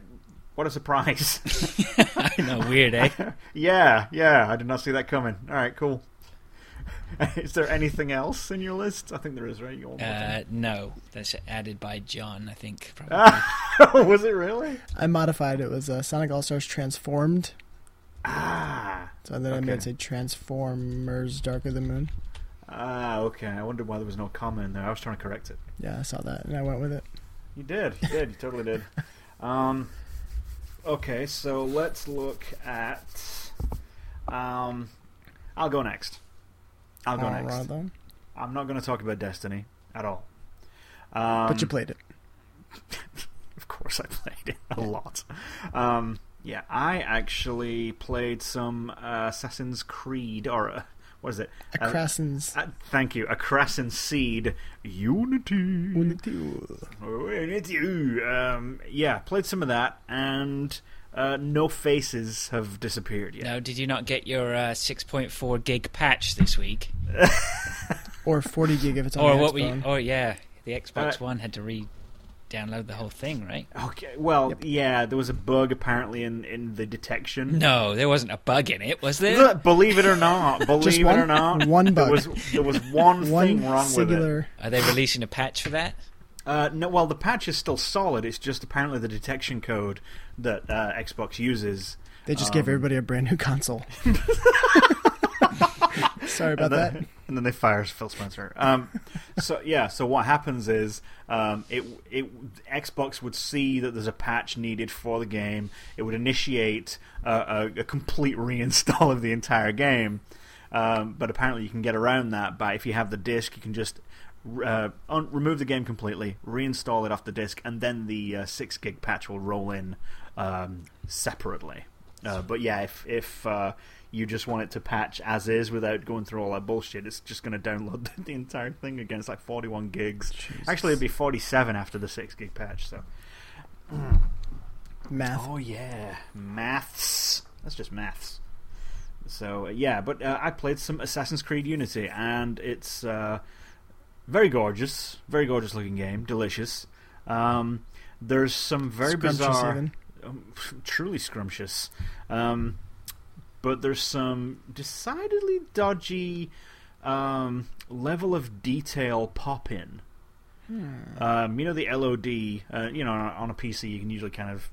what a surprise. I know, weird, eh? yeah, yeah, I did not see that coming. All right, cool. is there anything else in your list? I think there is, right? You want more Uh, no, that's added by John, I think. Probably. Uh, thing? Was it really? I modified. It was uh, Sonic All Stars Transformed. Ah, So then I made Okay. it say Transformers Dark of the Moon. ah, okay. I wondered why there was no comma in there. I was trying to correct it. Yeah, I saw that and I went with it. You did. You did. You totally did. Um, okay, so let's look at. Um, I'll go next. I'll go All next. Um, right, though. I'm not going to talk about Destiny at all. Um, But you played it. Of course, I played it a lot. Um, yeah, I actually played some uh, Assassin's Creed, or uh, what is it? Uh, Akrasen's uh, thank you, Akrasen Seed Unity. Oh, and it's you. Um, yeah, played some of that, and uh, no faces have disappeared yet. Now, did you not get your uh, 6.4 gig patch this week? or 40 gig if it's on Or the what? We, Xbox. or yeah, the Xbox Uh, One had to re-download the whole thing, right? Okay, well, yeah, there was a bug apparently in, in the detection. No, there wasn't a bug in it, was there? Look, believe it or not, believe one- it or not, one bug. There was there was one, One thing wrong with it. singular. Are they releasing a patch for that? Uh, no, well, the patch is still solid. It's just apparently the detection code that uh, Xbox uses. They just Um, gave everybody a brand new console. Sorry and about then, that. and then they fires Phil Spencer. Um, so yeah, so what happens is um, it it Xbox would see that there's a patch needed for the game. It would initiate a, a, a complete reinstall of the entire game. Um, but apparently, you can get around that by if you have the disc, you can just uh, un- remove the game completely, reinstall it off the disc, and then the uh, six gig patch will roll in um, separately. Uh, but yeah, if if uh, you just want it to patch as is without going through all that bullshit, it's just going to download the, entire thing again. It's like 41 gigs. Actually, it'd be 47 after the six gig patch. So, Math. oh yeah, maths. That's just maths. So uh, yeah, but uh, I played some Assassin's Creed Unity, and it's uh, very gorgeous, very gorgeous looking game, delicious. Um, there's some very Scrumptious bizarre even. um, truly scrumptious. Um, but there's some decidedly dodgy um, level of detail pop in. Um, you know the LOD. Uh, you know on a- on a PC you can usually kind of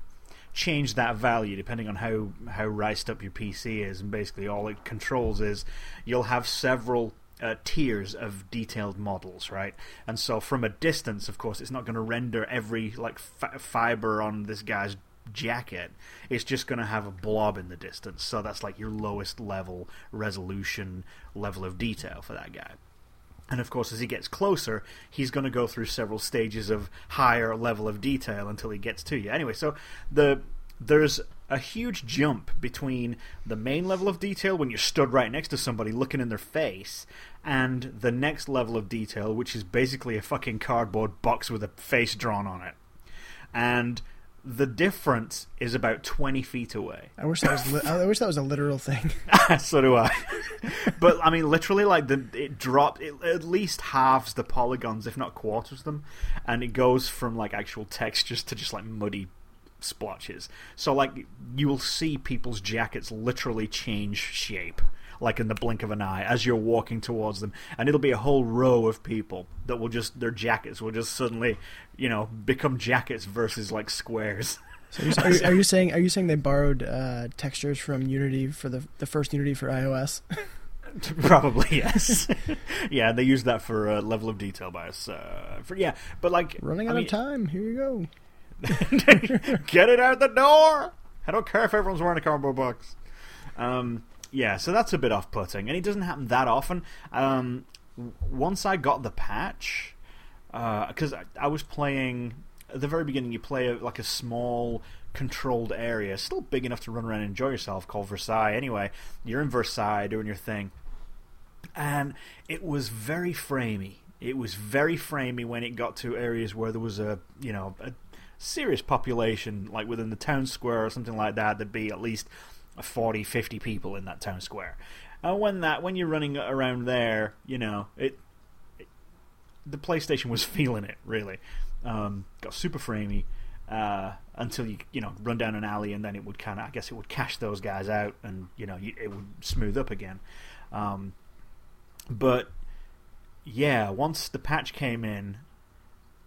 change that value depending on how how riced up your PC is, and basically all it controls is you'll have several. Uh, tiers of detailed models, right? And so from a distance, of course, it's not going to render every like fi- fiber on this guy's jacket, it's just going to have a blob in the distance. So that's like your lowest level resolution level of detail for that guy. And of course, as he gets closer, he's going to go through several stages of higher level of detail until he gets to you. Anyway, so the there's a huge jump between the main level of detail when you're stood right next to somebody looking in their face and the next level of detail, which is basically a fucking cardboard box with a face drawn on it. And the difference is about 20 feet away. I wish that was. Li- I wish that was a literal thing. so do I. but I mean, literally, like the it dropped it at least halves the polygons, if not quarters them, and it goes from like actual textures to just like muddy splotches. So like you will see people's jackets literally change shape. Like in the blink of an eye, as you're walking towards them, and it'll be a whole row of people that will just their jackets will just suddenly, you know, become jackets versus like squares. So are, you, are, you, are you saying? Are you saying they borrowed uh, textures from Unity for the the first Unity for iOS? Probably yes. yeah, they use that for uh, level of detail bias. Uh, for yeah, but like Running I out mean, of time. Here you go. get it out the door. I don't care if everyone's wearing a cardboard box. Um, yeah, so that's a bit off-putting, and it doesn't happen that often. Um, w- once I got the patch, because I, I was playing at the very beginning, you play a, like a small controlled area, still big enough to run around and enjoy yourself, called Versailles. Anyway, you're in Versailles doing your thing and it was very framey. It was very framey when it got to areas where there was a you know a serious population, like within the town square or something like that. There'd be at least 40, 50 people in that town square, and when that when you're running around there, you know it. it- the PlayStation was feeling it really. Um, got super framey. Uh, until you you know run down an alley and then it would kind of I guess it would cash those guys out and you know you, it would smooth up again. Um, but yeah, once the patch came in,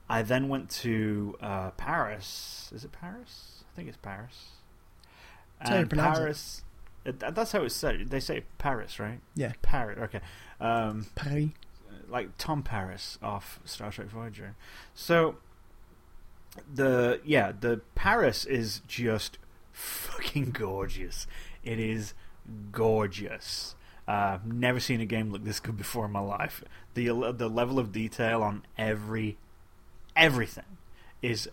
I then went to uh, Paris. Is it Paris? I think it's Paris. That's how you pronounce it. Paris. It- that- That's how it's said. They say Paris, right? Yeah. Paris. Okay. Um, Paris. like Tom Paris off Star Trek Voyager. So the yeah, the Paris is just fucking gorgeous. It is gorgeous. Uh, never seen a game look this good before in my life. The the level of detail on every everything is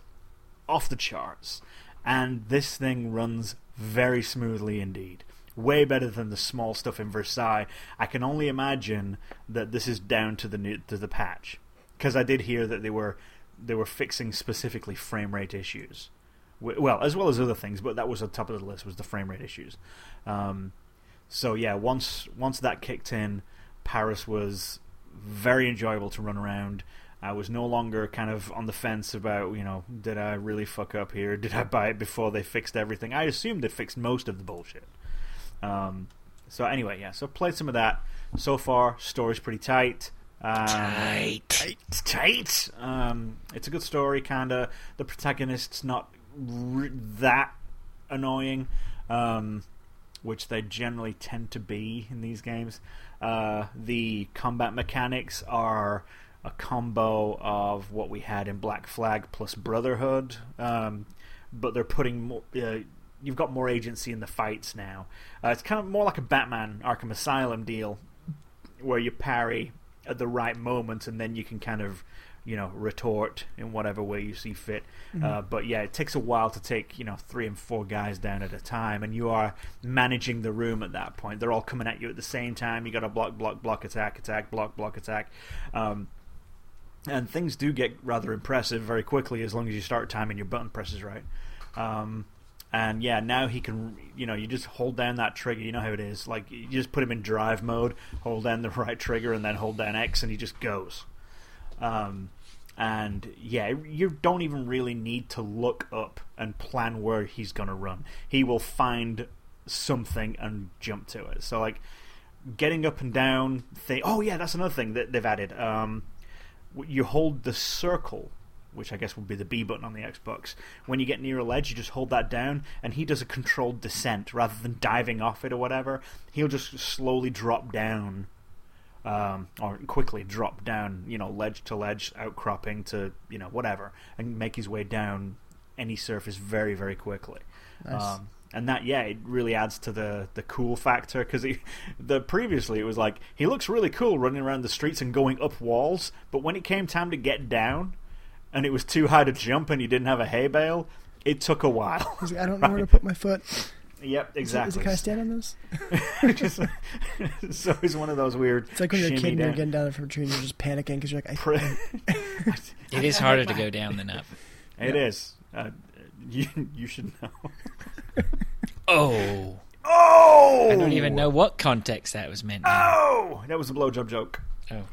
off the charts, and this thing runs very smoothly indeed. way better than the small stuff in Versailles. I can only imagine that this is down to the new, to the patch because I did hear that they were they were fixing specifically frame rate issues. W- Well, as well as other things, but that was on top of the list was the frame rate issues. Um, so yeah, once once that kicked in, Paris was very enjoyable to run around. I was no longer kind of on the fence about, you know, did I really fuck up here? Did I buy it before they fixed everything? I assumed they fixed most of the bullshit. Um, so anyway, yeah, so played some of that. So far, story's pretty tight. Um, Tight. tight. Um, it's a good story, kinda. The protagonist's not r- that annoying, um, which they generally tend to be in these games. Uh, the combat mechanics are a combo of what we had in Black Flag plus Brotherhood, um, but they're putting more. Uh, You've got more agency in the fights now. Uh, it's kind of more like a Batman Arkham Asylum deal, where you parry at the right moment and then you can kind of you know retort in whatever way you see fit uh, but yeah it takes a while to take you know three and four guys down at a time and you are managing the room at that point they're all coming at you at the same time you got to block block block attack attack block block attack um, and things do get rather impressive very quickly as long as you start timing your button presses right um, and yeah, now he can. You know, you just hold down that trigger. You know how it is. Like you just put him in drive mode, hold down the right trigger, and then hold down X, and he just goes. Um, and yeah, you don't even really need to look up and plan where he's gonna run. He will find something and jump to it. So like getting up and down. Thing. Oh yeah, that's another thing that they've added. Um, w- you hold the circle, which I guess would be the B button on the Xbox. When you get near a ledge, you just hold that down, and he does a controlled descent rather than diving off it or whatever. He'll just slowly drop down, um, or quickly drop down, you know, ledge to ledge, outcropping to you know whatever, and make his way down any surface very very quickly. Nice. Um, and that, yeah, it really adds to the, the cool factor because the previously it was like he looks really cool running around the streets and going up walls, but when it came time to get down, and it was too high to jump, and he didn't have a hay bale, it took a while. He's like, I don't know where to put my foot. yep, Is it- exactly. Is it, can I stand on this? Just- so it's one of those weird. It's like when you're a kid shimmy and you're down. getting down from a tree and you're just panicking because you're like, I, Pre- It is harder to go down than up. It is. Uh, you you should know. Oh, Oh, I don't even know what context that was meant. in. Oh, that was a blowjob joke. Oh,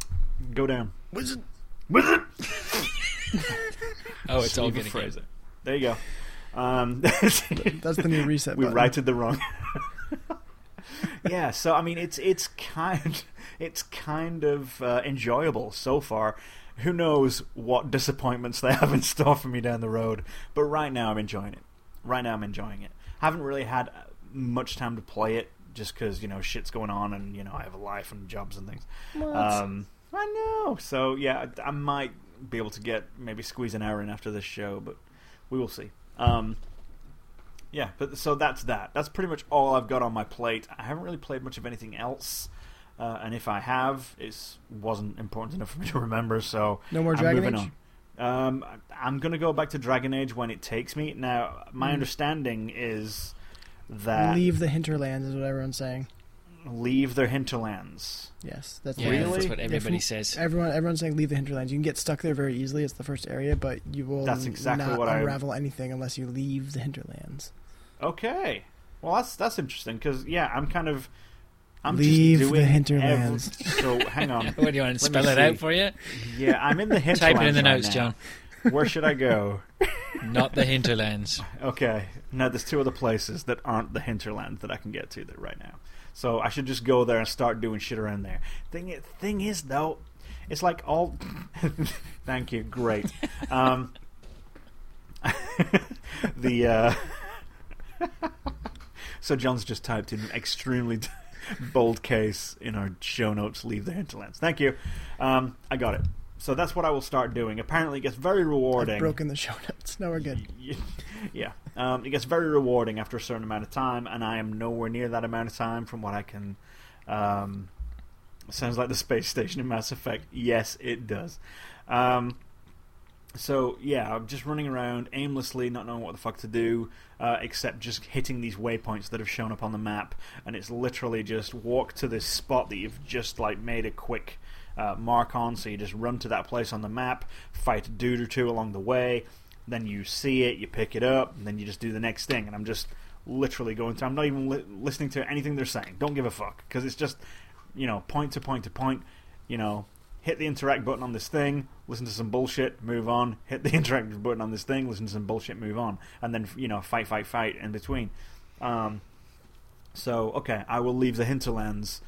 Go down. wizard. oh, it's all Even good again. phrase it. There you go. Um, That's the new reset we button. righted the wrong. yeah, so I mean, it's it's kind it's kind of uh, enjoyable so far. Who knows what disappointments they have in store for me down the road? But right now, I'm enjoying it. Right now, I'm enjoying it. Haven't really had uh, much time to play it just because you know shit's going on and you know I have a life and jobs and things. Um, I know. So yeah, I, I might be able to get maybe squeeze an hour in after this show, but we will see. Um, yeah, but so that's that. That's pretty much all I've got on my plate. I haven't really played much of anything else, uh, and if I have, it wasn't important enough for me to remember. So No more I'm Dragon moving Age? on. Um, I- I'm gonna go back to Dragon Age when it takes me. Now, my understanding is that leave, Hmm. Leave the hinterlands is what everyone's saying. their hinterlands. Yes, that's Yeah, Really? that's what Yeah, everybody from- says. Everyone, everyone's saying leave the hinterlands. You can get stuck there very easily. It's the first area, but you will That's exactly not what I- unravel anything unless you leave the hinterlands. Okay, well that's that's interesting because yeah, I'm kind of I'm Leave the just doing ev- hinterlands. so hang on, What do you want to Let me spell it see. out for you? yeah, I'm in the hinterlands. Type it in the right notes, now. John. Where should I go? Not the hinterlands. Okay. No, there's two other places that aren't the hinterland that I can get to there right now. So I should just go there and start doing shit around there. Thing i- thing is though, it's like all. Thank you. Great. Um, the uh... so John's just typed in extremely bold case in our show notes. Leave the hinterlands. Thank you. Um, I got it. So that's what I will start doing. Apparently, it gets very rewarding. I've broken the show notes. Now we're good. yeah. Um, it gets very rewarding after a certain amount of time, and I am nowhere near that amount of time from what I can. Um, sounds like the space station in Mass Effect. Yes, it does. Um, So yeah, I'm just running around aimlessly, not knowing what the fuck to do, uh, except just hitting these waypoints that have shown up on the map, and it's literally just walk to this spot that you've just like made a quick uh, mark on. So you just run to that place on the map, fight a dude or two along the way, then you see it, you pick it up, and then you just do the next thing. And I'm just literally going to. I'm not even li- listening to anything they're saying. Don't give a fuck because it's just you know point to point to point. You know, hit the interact button on this thing, listen to some bullshit, move on, hit the interact button on this thing, listen to some bullshit, move on, and then you know fight, fight, fight in between. Um, so okay, I will leave the hinterlands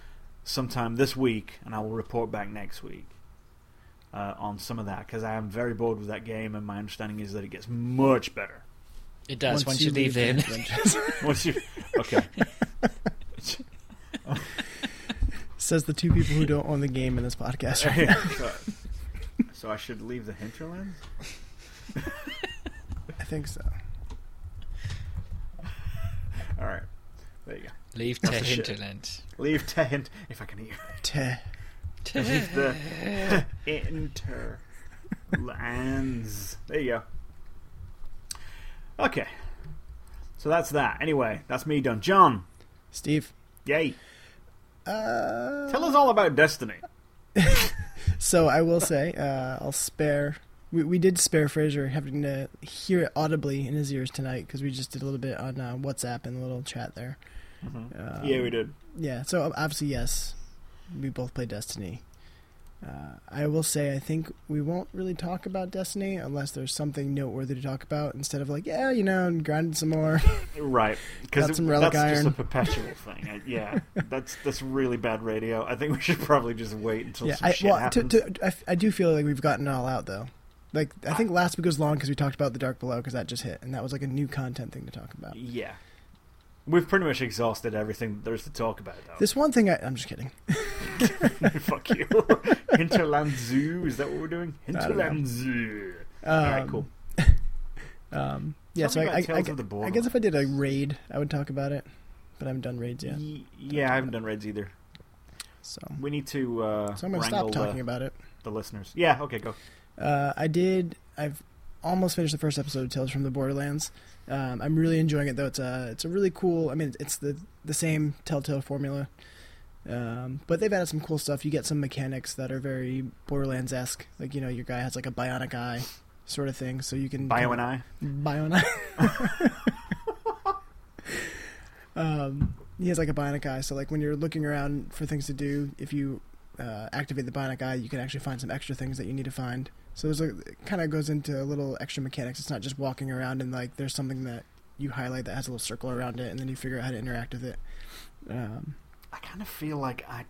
sometime this week, and I will report back next week uh, on some of that because I am very bored with that game, and my understanding is that it gets much better It does once, you, leave, the in. entrance. once you. Okay, Says the two people who don't own the game in this podcast. right? so, so I should leave the hinterlands. I think so. All right, there you go. Leave to the shit. hinterland. Leave to hint if I can hear. Teh. Leave the Interlands. There you go. Okay. So that's that. Anyway, that's me done. John, Steve. yay. Uh, Tell us all about Destiny. So I will say, uh, I'll spare. We, we did spare Fraser having to hear it audibly in his ears tonight because we just did a little bit on uh, WhatsApp and a little chat there. Um, yeah, we did. Yeah, so ob- obviously, yes, we both play Destiny. Uh, I will say, I think we won't really talk about Destiny unless there's something noteworthy to talk about instead of like, yeah, you know, and grinding some more. Right. Got Because some relic that's just a iron. perpetual thing. I- yeah. That's that's really bad radio. I think we should probably just wait until yeah, some I, shit well, to, happens. to, I, f- I do feel like we've gotten it all out though. Like I think last week was long because we talked about the Dark Below because that just hit, and that was like a new content thing to talk about. yeah. We've pretty much exhausted everything there is to talk about, though. This one thing, I, I'm just kidding. Fuck you. Hinterland Zoo. Is that what we're doing? know. Hinterland Zoo. All right, cool. Um, yeah, Tell so me I, about I, I, Tales of the I guess if I did a raid, I would talk about it, but I haven't done raids yet. Ye- yeah, I haven't done raids either. So, We need to uh, so I'm gonna wrangle stop talking the, about it. the listeners. Yeah, okay, go. Uh, I did. I've almost finished the first episode of Tales from the Borderlands. Um, I'm really enjoying it though. It's a it's a really cool. I mean, it's the the same Telltale formula, um, but they've added some cool stuff. You get some mechanics that are very Borderlands esque. Like you know, your guy has like a bionic eye, sort of thing. So you can Bio and I. Bionic. um, he has like a bionic eye, so like when you're looking around for things to do, if you uh, activate the bionic eye, you can actually find some extra things that you need to find. So there's like it kind of goes into a little extra mechanics. It's not just walking around and like there's something that you highlight that has a little circle around it, and then you figure out how to interact with it. Um, I kind of feel like I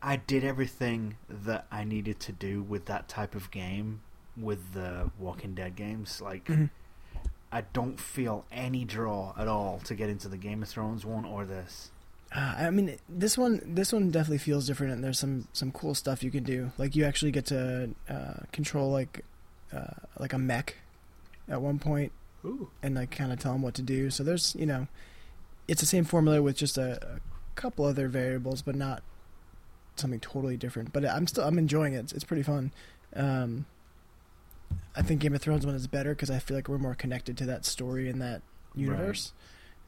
I did everything that I needed to do with that type of game with the Walking Dead games. Like Mm-hmm. I don't feel any draw at all to get into the Game of Thrones one or this. Uh, I mean, this one this one definitely feels different, and there's some some cool stuff you can do. Like you actually get to uh, control like uh, like a mech at one point, Ooh. and like kind of tell them what to do. So there's you know, it's the same formula with just a, a couple other variables, but not something totally different. But I'm still I'm enjoying it. It's, it's pretty fun. Um, I think Game of Thrones one is better because I feel like we're more connected to that story and that universe.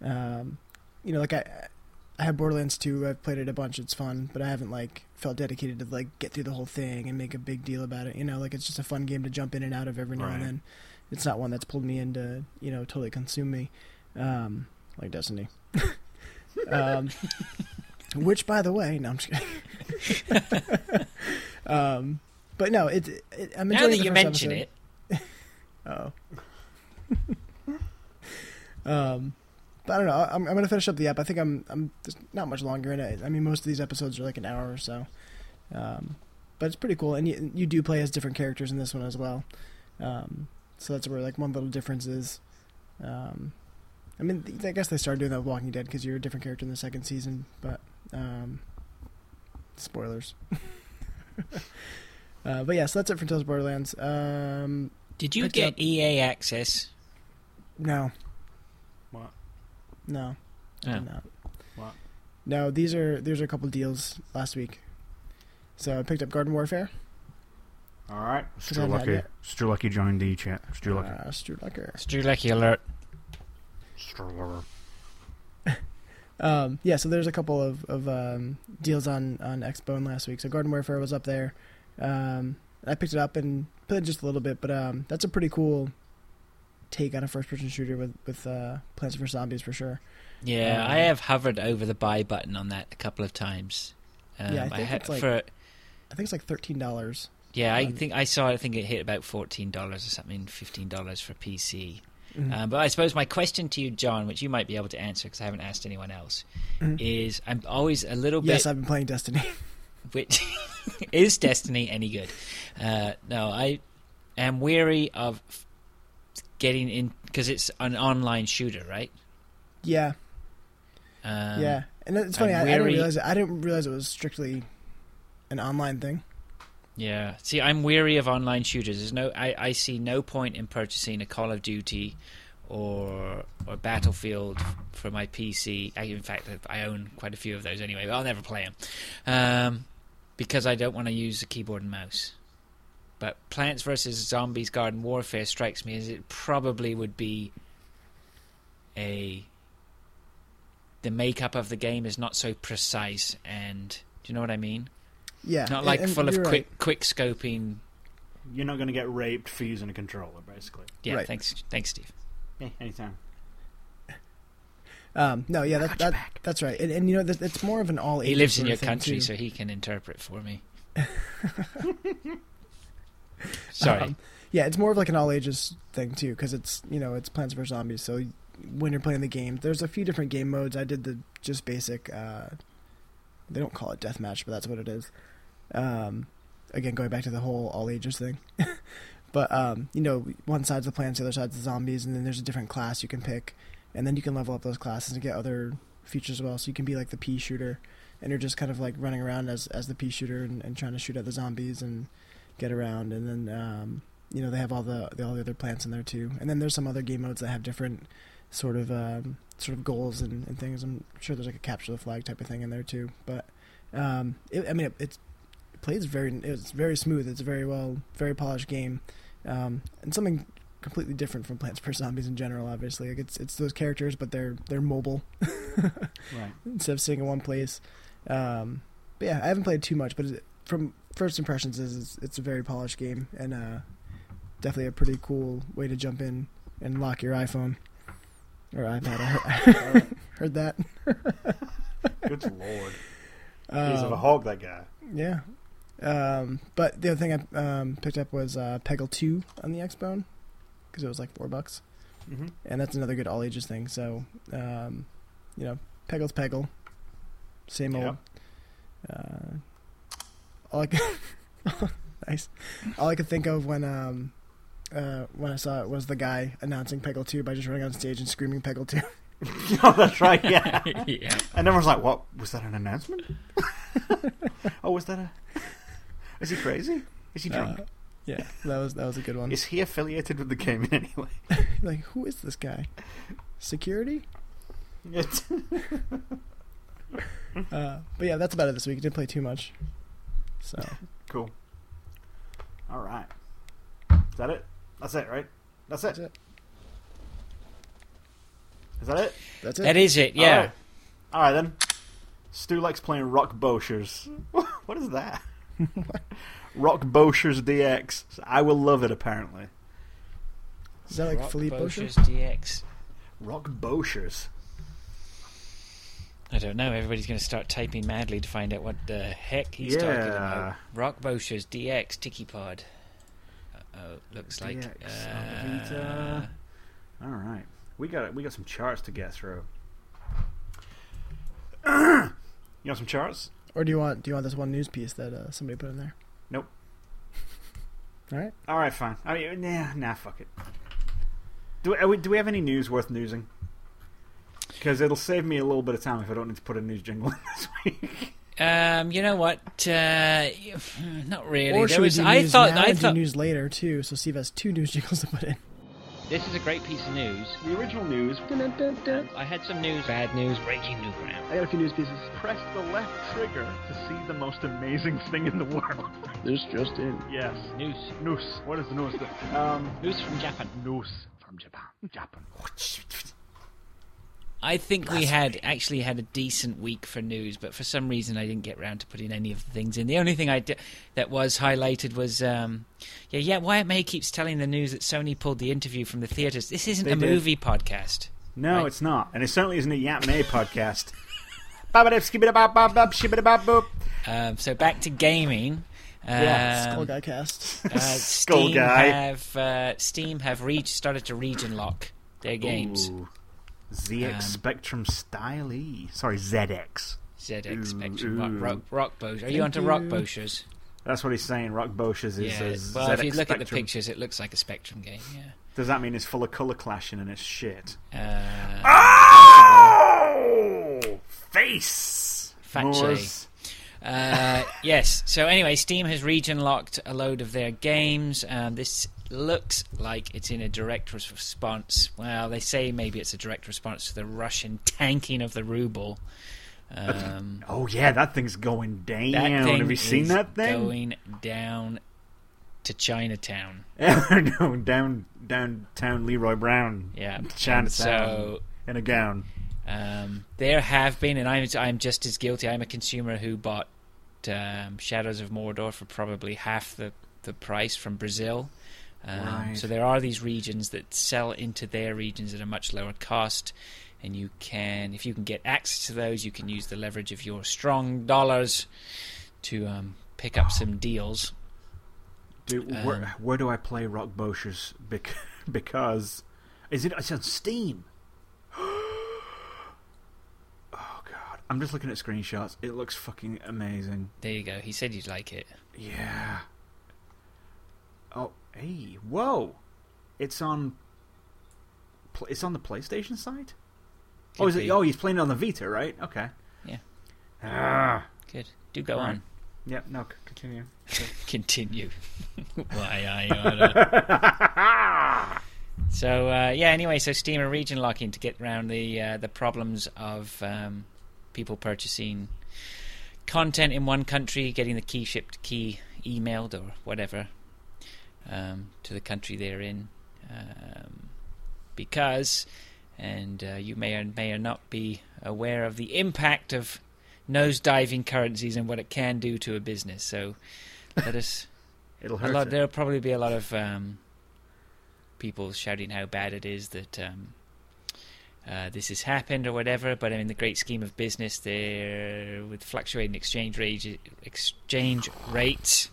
Um, you know, like I. I have Borderlands 2. I've played it a bunch. It's fun, but I haven't like felt dedicated to like get through the whole thing and make a big deal about it. You know, like it's just a fun game to jump in and out of every now Right. and then. It's not one that's pulled me into you know totally consume me, um, like Destiny. um, which, by the way, no, I'm just kidding. um, but no, it, it I'm Now enjoying that the you first mention episode. it, Oh. um, but I don't know. I- I'm, I'm gonna finish up the app. I think I'm I'm there's not much longer in it. I mean, most of these episodes are like an hour or so. Um, but it's pretty cool, and you, you do play as different characters in this one as well. Um, so that's where like one little difference is. Um, I mean, th- I guess they started doing that with Walking Dead because you're a different character in the second season, but um, spoilers. uh, but yeah, so that's it for Tales of Borderlands. Um, did you Picked get up- EA access? no. What? No. I Oh. did not. What? No, these are these are a couple deals last week. So I picked up Garden Warfare. All right, I haven't had Strulecki. yet. Strulecki joined the chat. Strulecki. Uh, Stu Lucker. Stu Lucky alert. Strulecki. Um, yeah, so there's a couple of, of um, deals on on Xbone last week. So Garden Warfare was up there. Um, and I picked it up and played just a little bit, but um, that's a pretty cool take on a first person shooter with with uh, Plants vs Zombies for sure. Yeah, Um, Uh, I have hovered over the buy button on that a couple of times. Um, Yeah, I think ha- it's like- for I think it's like thirteen dollars. yeah, I um, think I saw. I think it hit about fourteen dollars or something, fifteen dollars for PC. Hmm. Uh, but I suppose my question to you, John, which you might be able to answer because I haven't asked anyone else, Mhm. is I'm always a little Yes, bit I've been playing Destiny. which is Destiny any good? Uh, no, I am weary of f- getting in because it's an online shooter, right? yeah, Um, yeah, and it's funny. I, I'm I didn't wary- realize it. I didn't realize it was strictly an online thing. Yeah. See, I'm weary of online shooters. There's no, I, I see no point in purchasing a Call of Duty or or Battlefield for my PC. I, in fact, I own quite a few of those anyway, but I'll never play them um, because I don't want to use a keyboard and mouse. But Plants vs Zombies Garden Warfare strikes me as it probably would be a the makeup of the game is not so precise and do you know what I mean? Yeah, not and- like and full of you're right. quick quick scoping. You're not going to get raped for using a controller, basically. Yeah, Right. thanks, thanks, Steve. Yeah, anytime. Um, no, yeah, that, your that, that's right. And, and you know, that, it's more of an all. He ages lives in sort your of thing, country, too. so he can interpret for me. Sorry, Um, yeah, it's more of like an all ages thing too, because it's you know it's Plants vs Zombies. So when you're playing the game, there's a few different game modes. I did the just basic. Uh, they don't call it deathmatch, but that's what it is. Um, again, going back to the whole all ages thing. but um, you know, one side's the plants, the other side's the zombies, and then there's a different class you can pick, and then you can level up those classes and get other features as well. So you can be like the pea shooter, and you're just kind of like running around as as the pea shooter and, and trying to shoot at the zombies and get around. And then um, you know they have all the, the all the other plants in there too. And then there's some other game modes that have different sort of um, sort of goals and, and things. I'm sure there's like a capture the flag type of thing in there too. But um, it, I mean, it, it's it plays very it's very smooth. It's a very well very polished game, um, and something completely different from Plants vs Zombies in general. Obviously, like it's it's those characters, but they're they're mobile Right. instead of sitting in one place. Um, but yeah, I haven't played too much, but it- from first impressions, is it's, it's a very polished game and uh, definitely a pretty cool way to jump in and lock your iPhone or iPad. I heard, heard that. Good lord. He's of a Um, hog, that guy. yeah. Um, but the other thing I um, picked up was uh, Peggle Two on the Xbone because it was like four bucks, Mm-hmm. and that's another good all ages thing. So, um, you know, Peggle's Peggle, same old. Yep. uh, all I could, nice. All I could think of when um, uh, when I saw it was the guy announcing Peggle Two by just running on stage and screaming Peggle Two. oh, that's right, yeah. yeah, And everyone's like, what? Was that an announcement? oh, was that a. Is he crazy? Is he drunk? Uh, yeah, that was that was a good one. Is he affiliated with the game in any way? like, who is this guy? Security. It's- Uh, but yeah, that's about it this week. I didn't play too much. So cool. All right. Is that it? That's it, right? That's that's it. it. Is that it? That's it. that is it. Yeah, All right, All right then. Stu likes playing Rock Boshers. what is that? Rock Boshers DX. I will love it. Apparently, Is that like Rock Philippe Bosher? Bosch's DX. Rock Boshers. I don't know. Everybody's going to start typing madly to find out what the heck he's talking about. Yeah. Rock Bosch's DX Tiki Pod. Oh, looks like DX on the uh, Vita. All right, we got we got some charts to get through. you want some charts? Or do you want do you want this one news piece that uh, somebody put in there? Nope. All right. All right, fine. I mean, nah, nah, fuck it. Do are we, do we have any news worth newsing? Because it'll save me a little bit of time if I don't need to put a news jingle in this week. Um, you know what? Uh, not really. Or there should we was. do I news thought. now I and do thought. news later too? So Steve has two news jingles to put in. This is a great piece of news. The original news. Dun-dun-dun-dun. I had some news, bad news, breaking new ground. I got a few news pieces. Press the left trigger to see the most amazing thing in the world. This just in. yes. News. Noose. What is the noose? um, News from Japan. noose from Japan. Japan. I think we had actually had a decent week for news, but for some reason I didn't get round to putting any of the things in. The only thing I did that was highlighted was, um, yeah, yeah. Wyatt May keeps telling the news that Sony pulled the interview from the theaters. This isn't They a did. movie podcast. No, Right. it's not, and it certainly isn't a Yap May podcast. Babadip, skibidabop, bop, bop, shibidabop, boop. Um, so back to gaming. Um, Yeah, Skull Guy cast. uh, Skull Steam Guy. have uh, Steam have re- started to region lock their games. Ooh. ZX Um, Spectrum Style E. Sorry, ZX. ZX Ooh, Spectrum Rock, ooh. rock, rock Bosch. Are you onto Rock Boschers? That's what he's saying. Rock Bosch's is Yeah. a Well, ZX if you look Spectrum. at the pictures, it looks like a Spectrum game. Yeah. Does that mean it's full of color clashing and it's shit? Uh, Oh! Face! Fat Moors. Uh, yes. So anyway, Steam has region locked a load of their games. Um, this looks like it's in a direct res- response. Well, they say maybe it's a direct response to the Russian tanking of the ruble. Um, Oh, yeah, that thing's going down. that thing Have you seen is that thing? going down to Chinatown? no, down, downtown Leroy Brown. Yeah, Chinatown. And So In a gown. Um, there have been, and I'm I'm just as guilty. I'm a consumer who bought um, Shadows of Mordor for probably half the, the price from Brazil. Um, Right. So there are these regions that sell into their regions at a much lower cost, and you can, if you can get access to those, you can use the leverage of your strong dollars to um, pick up some deals. Dude, Um, where, where do I play Rock Boschers? Bec- because is it? It's on Steam. oh god, I'm just looking at screenshots. It looks fucking amazing. There you go. He said you'd like it. Yeah. Oh, hey, whoa! It's on. pl- It's on the PlayStation site. oh, Could is it? be. Oh, he's playing it on the Vita, right? Okay. Yeah. Ah. Good. Do go Right. on. Yep. No. c- Continue. Continue. Why I oughta. So uh, yeah, anyway, so Steam and region locking to get around the uh, the problems of um, people purchasing content in one country, getting the key shipped, key emailed or whatever um, to the country they're in, um, because, and uh, you may or may or not be aware of the impact of nosediving currencies and what it can do to a business. So let us. It'll A hurt. lot, it. there'll probably be a lot of um, people shouting how bad it is that um, uh, this has happened or whatever. But in the great scheme of business, there with fluctuating exchange rates, exchange rates,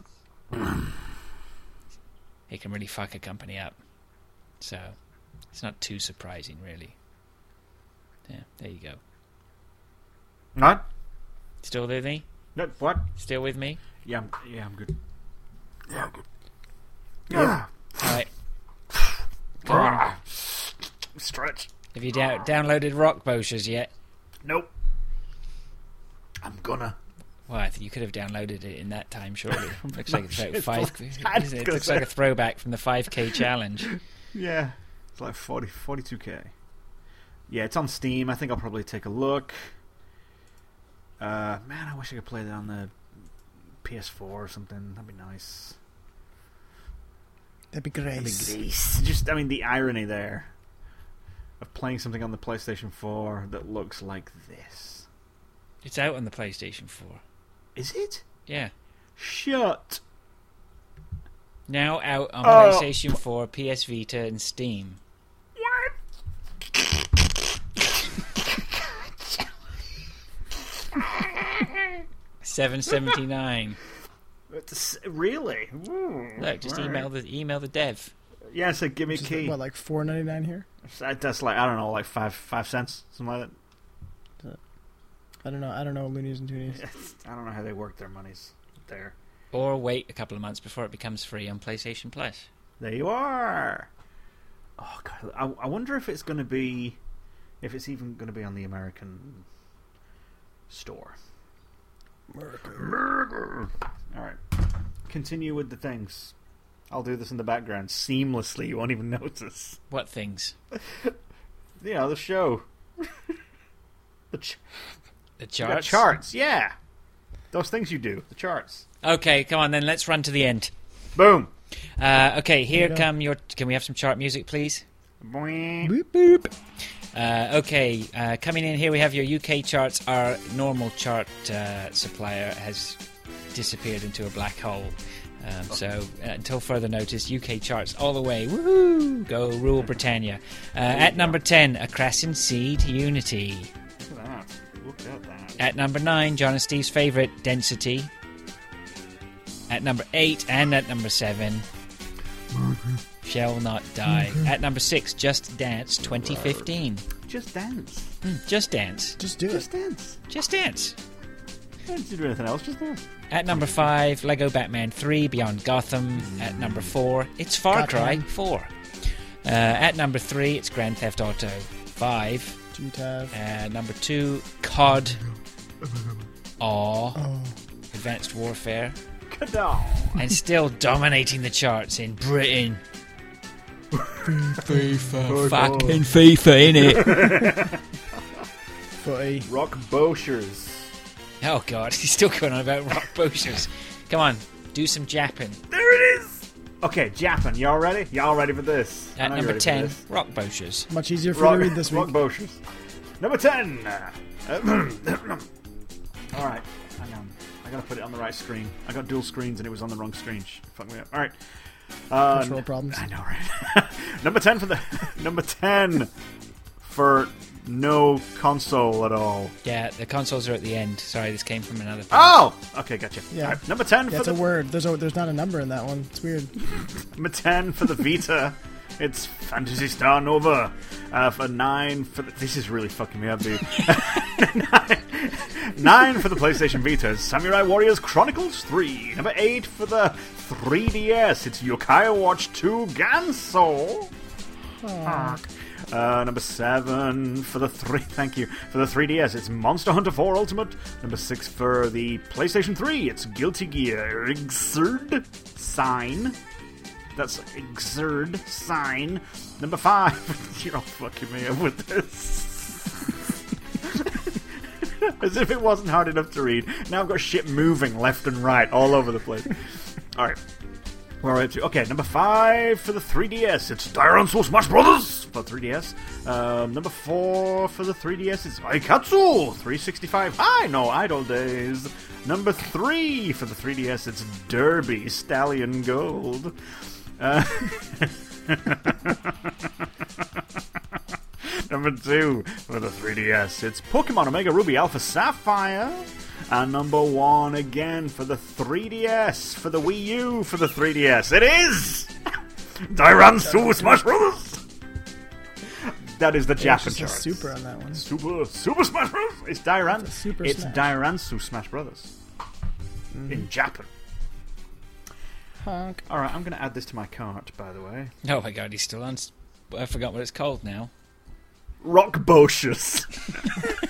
it can really fuck a company up. So it's not too surprising, really. Yeah, there you go. Not. Still with me? Not what? Still with me? Yeah, I'm, yeah, I'm good. Yeah, I'm good. All right. Go on. Stretch. Have you dou- downloaded Rock Boshers yet? Nope. I'm gonna. Well, I think you could have downloaded it in that time, surely. looks like it's about shit, five. I was isn't it? It gonna looks like say. a throwback from the 5K challenge. Yeah. It's like 40, 42k. Yeah, it's on Steam. I think I'll probably take a look. Uh, man, I wish I could play that on the PS4 or something. That'd be nice. That'd be That'd be great. great. Just, I mean, the irony there of playing something on the PlayStation 4 that looks like this. It's out on the PlayStation 4. Is it? Yeah. Shut Now out on Oh. PlayStation 4, PS Vita, and Steam. What? Seven seventy nine. It's- really? Ooh, Look, just right. email the email the dev. Yeah, so give me a Which is, key. What, like four ninety nine here? That- That's like I don't know, like five five cents, something like I don't know. I don't know loonies and toonies. that. I don't know how they work their monies there. Or wait a couple of months before it becomes free on PlayStation Plus. There you are. Oh god, I, I wonder if it's going to be, if it's even going to be on the American store. All right, continue with the things. I'll do this in the background seamlessly. You won't even notice. What things? You know, the show. the ch- The yeah, charts. charts, yeah. Those things you do, the charts. Okay, come on then. Let's run to the end. Boom. Uh, okay, you here go. come your. Can we have some chart music, please? Boing. Boop boop. Uh, okay, uh, coming in here we have your UK charts. Our normal chart uh, supplier has disappeared into a black hole. Um, so uh, until further notice, UK charts all the way. Woohoo! Go rule Britannia. Uh, at number ten, A Crassin Seed Unity. Look at that. Look at that. At number nine, John and Steve's favorite, Density. At number eight and at number seven, Shall Not Die. At number six, Just Dance 2015. Just dance. Mm, Just Dance. Just do it. Just dance. Just Dance. You don't need to do anything else. Just dance. At number five, Lego Batman 3 Beyond Gotham. At number four, it's Far Cry Gotham. 4. Uh, at number three, it's Grand Theft Auto 5. Do have. Uh, number two, COD. Aw. Advanced Warfare. Kadal. and still dominating the charts in Britain. FIFA, fucking FIFA, innit? Footy. Rock Boshers. oh god, he's still going on about rock potions. Come on, do some japping. There it is. Okay, Japan. Y'all ready? Y'all ready for this? I At know you're number ready for ten, this. rock potions. Much easier for Rock, me to read this rock week. Boshers. Number ten. All right. Hang on. I gotta put it on the right screen. I got dual screens and it was on the wrong screen. Sh- Fuck me up. All right. Uh, Control problems. I know, right? number ten for the number ten for no console at all. Yeah, the consoles are at the end. Sorry, this came from another. Thing. Oh, okay, gotcha. Yeah. All right, number ten Yeah, for it's a the word. There's a, there's not a number in that one. It's weird. number ten for the Vita. It's Fantasy Star Nova. Uh, for nine for the, this is really fucking me up, dude. nine for the PlayStation Vita. is Samurai Warriors Chronicles Three. Number eight for the 3DS. It's Yokai Watch Two Ganso. Uh, number seven for the three. Thank you for the 3DS. It's Monster Hunter 4 Ultimate. Number six for the PlayStation 3. It's Guilty Gear Exerd Sign. That's Exerd Sign. Number five. You're all fucking me up with this. As if it wasn't hard enough to read. Now I've got shit moving left and right all over the place. all right. Where are we up to? Okay, number five for the 3DS. It's Diron Soul Smash Brothers for 3DS. Um, number four for the 3DS is Aikatsu 365. I know Idle Days. Number three for the 3DS it's Derby Stallion Gold. Uh, Number two for the 3DS, it's Pokemon Omega Ruby Alpha Sapphire. And number one again for the 3DS, for the Wii U, for the 3DS, it is Diransu Smash Bros. That is the It's Japan just a chart. super on that one. super Super Smash Bros. It's Diran. It's a Super It's Smash. Mm-hmm. Diransu Smash Brothers in Japan. Honk. All right, I'm going to add this to my cart. By the way, Oh my god, he's still on. s- I forgot what it's called now. Rock Boshers.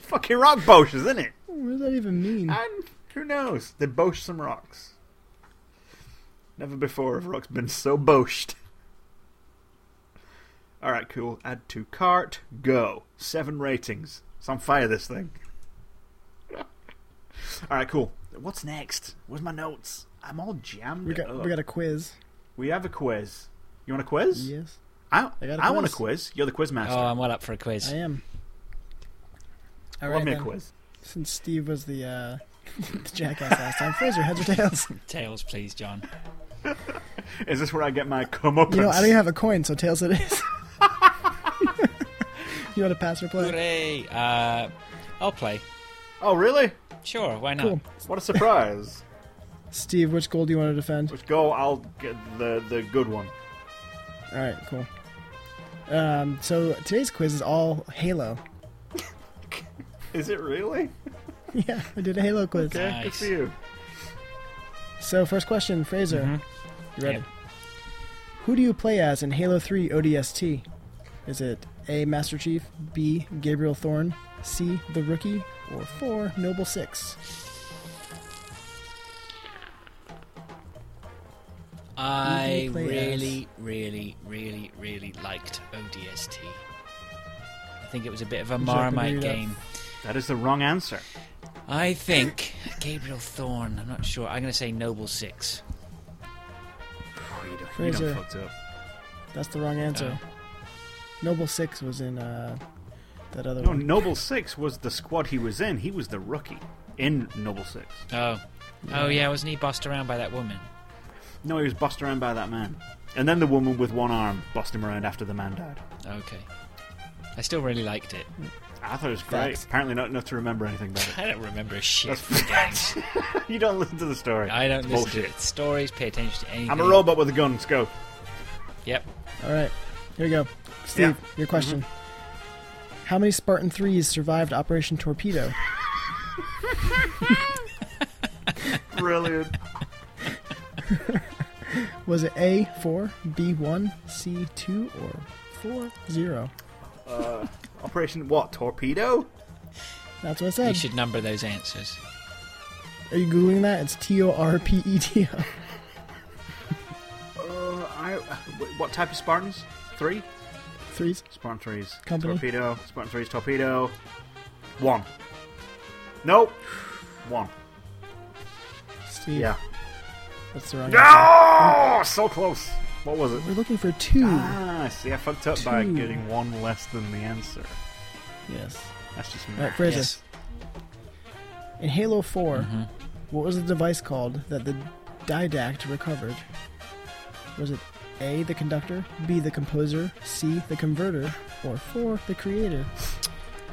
Fucking Rock Boshers, isn't it? What does that even mean? And who knows? They bosh some rocks. Never before have rocks been so boshed. Alright, cool. Add to cart. Go. Seven ratings. It's on fire, this thing. Alright, cool. What's next? Where's my notes? I'm all jammed we up. got we got a quiz. We have a quiz. You want a quiz? Yes, I, I got a want a quiz. quiz. You're the quiz master. Oh, I'm well up for a quiz. I am. All Love right, me a then. quiz. Since Steve was the, uh, the jackass last time, Fraser, heads or tails? Tails, please, John. Is this where I get my comeuppance? You know, I don't even have a coin, so tails it is. you want to pass or play? Hooray! Uh, I'll play. oh, really? Sure, why not? Cool. What a surprise. Steve, which goal do you want to defend? Which go? I'll get the the good one. All right, cool. Um, so today's quiz is all Halo. Is it really? Yeah, I did a Halo quiz. Okay, good Nice. for you. So first question, Fraser, Mm-hmm. you ready? Yep. Who do you play as in Halo 3 ODST? Is it A. Master Chief, B. Gabriel Thorne, C. The Rookie, or 4. Noble Six? I play really, really, really, really liked ODST. I think it was a bit of a Would you like to Marmite read it? game. That is the wrong answer. I think Gabriel Thorne. I'm not sure. I'm going to say Noble Six. Oh, you done- you done Fraser. fucked up. That's the wrong answer. Uh. Noble Six was in uh, that other No, one. Noble Six was the squad he was in. He was the rookie in Noble Six. Oh, oh yeah. Wasn't he bossed around by that woman? No, he was bossed around by that man. And then the woman with one arm bossed him around after the man died. Okay. I still really liked it. I thought it was great. Facts. Apparently, not enough to remember anything about I don't remember shit. That's from the games. it. you don't listen to the story. I don't It's listen bullshit. to it. stories. Pay attention to anything. I'm a robot with a gun. Let's go. Yep. All right, here we go. Steve, your question. How many Spartan threes survived Operation Torpedo? Brilliant. Was it A four, B one, C two, or four zero? Operation what? Torpedo? That's what I You said. should number those answers. Are you googling that? It's T O R P E D O. Uh, I, wh- what type of Spartans? Three? Threes. Spartan threes. Company? Torpedo. Spartan threes. Torpedo. One. Nope. One. Steve, Yeah. that's the wrong answer. Oh, so close. What was it? We're looking for two. Ah, see, I fucked up by Two. getting one less than the answer. Yes. That's just me. All right, Fraser. Yes. In Halo 4, Mm-hmm. what was the device called that the Didact recovered? Was it A, the conductor, B, the composer, C, the converter, or 4, the creator?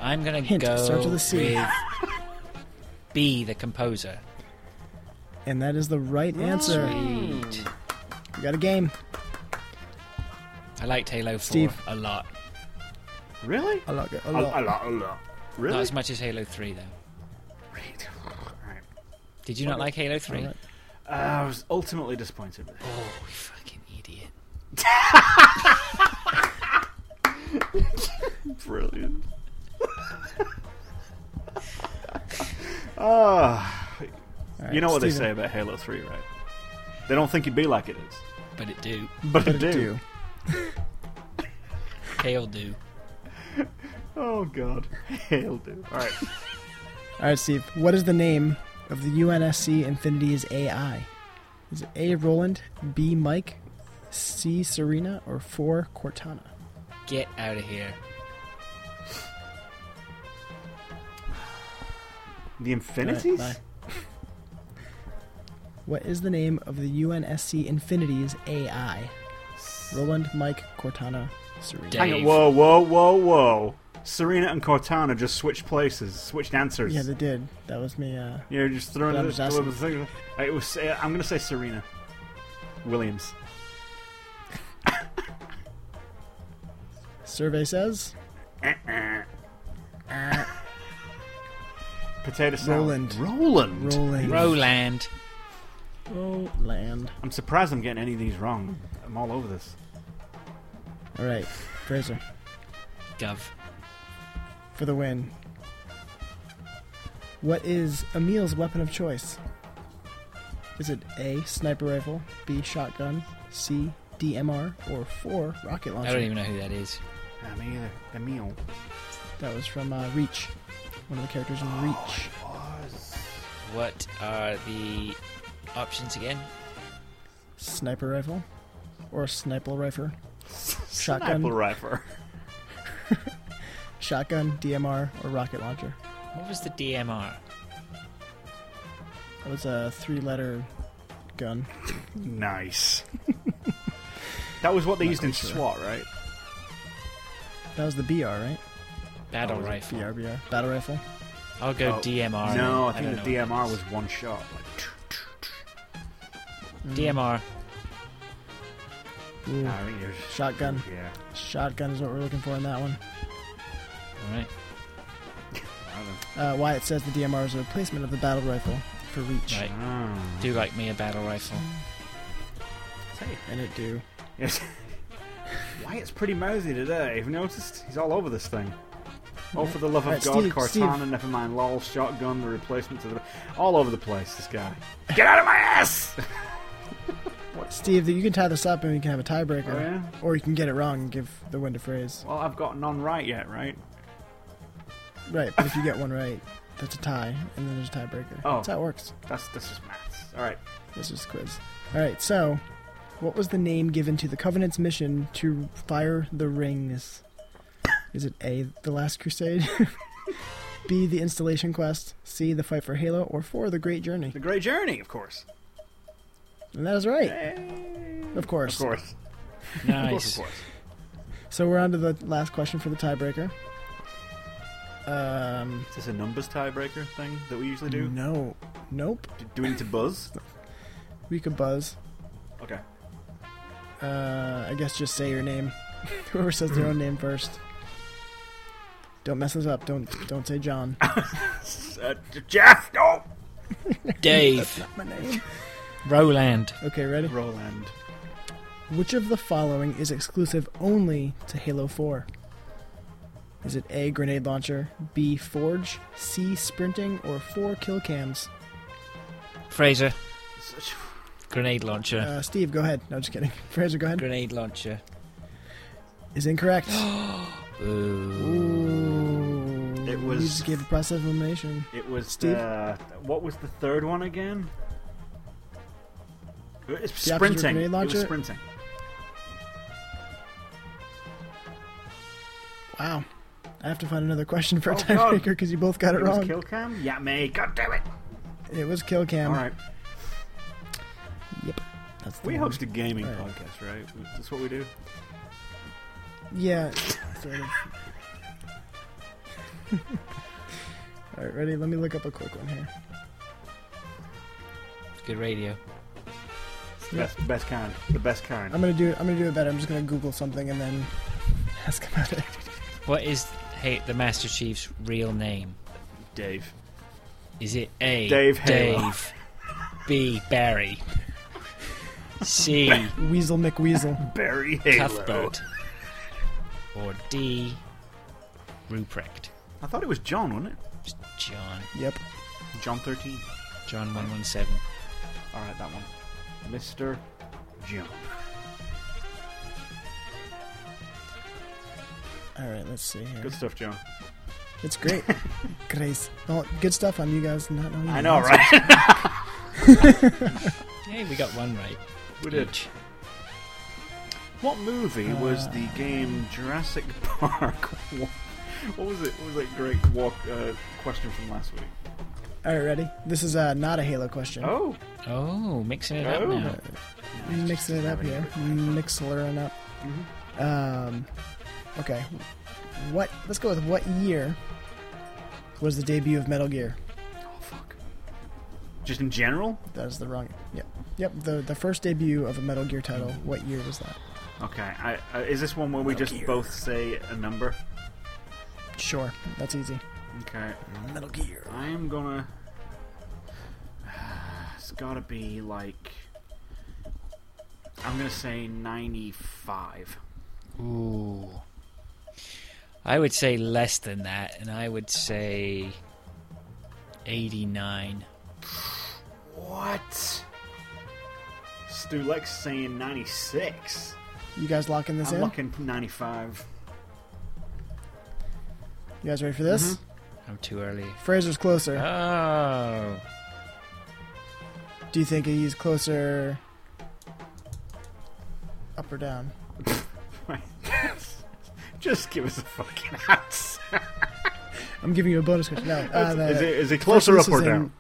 I'm gonna Hint, go starts with a C. with B, the composer. And that is the right Mm. answer. Sweet. We got a game. I liked Halo 4 Steve. a lot. Really? I like it a A, a lot. lot, a lot. Really? Not as much as Halo 3 though. Right. Alright. Did you not like Halo 3? Alright. Uh, I was ultimately disappointed with it. Oh, you fucking idiot. Brilliant. Ah, Alright, you know what they say Steven, about Halo 3, right? They don't think it'd be like it is. But it do. But, But it it do. do. Hale do. Oh, God. Hell do. All right. All right, Steve. What is the name of the UNSC Infinity's AI? Is it A, Roland, B, Mike, C, Serena, or 4, Cortana? Get out of here. The Infinities? bye. What is the name of the UNSC Infinity's AI? Roland, Mike, Cortana, Serena. Dave. Hang on. Whoa, whoa, whoa, whoa. Serena and Cortana just switched places, switched answers. Yeah, they did. That was me. Uh, You're just throwing But I'm it just the asking. thing. Uh, It was, uh, I'm going to say Serena Williams. survey says Potato salad. Roland. Roland. Roland. Roland. Roland. I'm surprised I'm getting any of these wrong. I'm all over this. All right, Fraser Gov. for the win. What is Emil's weapon of choice? Is it A, sniper rifle, B, shotgun, C, DMR, or 4, rocket launcher? I don't even know who that is. Yeah, me either. Emil. That was from uh, Reach. One of the characters in Reach. What are the options again? sniper rifle or sniper rifle Shotgun. Sniper rifle. shotgun dmr or rocket launcher What was the DMR? that was a three letter gun Nice. that was what they used in quite sure. SWAT, right? that was the br right Battle was it rifle. br br battle rifle I'll go Oh, DMR. No, I then. think don't the know what DMR that was is. one shot. Like, tch, tch, tch. DMR. Ooh, I think you're just- Mm. Shotgun. Yeah. shotgun is what we're looking for in that one All right. I don't- uh, why it says the dmr is a replacement of the battle rifle for reach Right. Ah. Do like me a battle rifle. Say, and it do yes. Wyatt's pretty mouthy today. Have you noticed? He's all over this thing. All for the love of Right, God, Steve, Steve. Cortana, never mind LOL, shotgun, the replacement to the. All over the place, this guy. Get out of my ass! What's Steve, that you can tie this up and we can have a tiebreaker, Oh, yeah? or you can get it wrong and give the win to phrase. Well, I've got none right yet, right? Right, but if you get one right, that's a tie, and then there's a tiebreaker. Oh. That's how it works. That's this is maths. All right. This is a quiz. All right, so what was the name given to the Covenant's mission to fire the rings? Is it A, the Last Crusade? B, the Installation Quest? C, the Fight for Halo? Or four, the Great Journey? The Great Journey, of course. And that is right, Hey. of course. Of course. Of course, of Nice. course. So we're on to the last question for the tiebreaker. Um, Is this a numbers tiebreaker thing that we usually do? no, nope. D- Do we need to buzz? We could buzz. Okay. Uh, I guess just say your name. Whoever says their own name first. Don't mess this up. Don't don't say John. Uh, J- Jeff, no. Dave. My name. Roland. Okay, ready? Roland. Which of the following is exclusive only to Halo 4? Is it A, grenade launcher, B, forge, C, sprinting, or 4, kill cams? Fraser. Such- Grenade launcher. Uh, Steve, go ahead. No, just kidding. Fraser, Uh, go ahead. Grenade launcher. Is incorrect. Ooh. Ooh. It You was- just gave a process of elimination. It was Steve? the what was the third one again? It was The options were sprinting. grenade It was launcher? sprinting. Wow. I have to find another question for a Oh, God. tiebreaker because you both got it, It wrong. was kill cam. Yeah, me. God damn it. It was kill cam. All right. Yep. That's the We one. host a gaming Right. podcast, right? That's what we do. Yeah. Sort of. All right, ready? Let me look up a quick one here. Good radio. It's the Yeah. Best, best kind. The best kind. I'm gonna do. I'm gonna do it better. I'm just gonna Google something and then ask about it. What is hey the Master Chief's real name? Dave. Is it A Dave Halo. Dave B Barry C Weasel McWeasel. Barry Halo. Cuthbert or D Ruprecht? I thought it was John, wasn't it? It's John. Yep. John 13. John one one seven. All right, that one. Mr. John. All right. Let's see here. Good stuff, John. It's great. Grace. Oh, good stuff on you guys. Not on you. I know, right? Hey, we got one right. we did. each. What movie was the game Jurassic Park? What what was it? What was that great walk uh, question from last week? All right. Ready? This is uh, not a Halo question. Oh, Oh, mixing it up Oh. now. Mixing it up here. Mixler up. Mhm. Um, okay. What? Let's go with what year was the debut of Metal Gear? oh fuck. Just in general? That is the wrong. Yep. Yep. The the first debut of a Metal Gear title. What year was that? Okay. I, uh, is this one where we just Gear. both say a number? Sure. That's easy. Okay. Metal Gear. I am gonna. It's gotta be like. I'm gonna say 95. Ooh. I would say less than that, and I would say 89. What? Stu Lex saying 96. You guys locking this I'm in? looking 95. You guys ready for this? I'm too early. Fraser's closer. Oh. Do you think he's closer? Up or down? Just give us a fucking answer. I'm giving you a bonus question. No. Uh, the- is, it, is it first closer one up or is in down?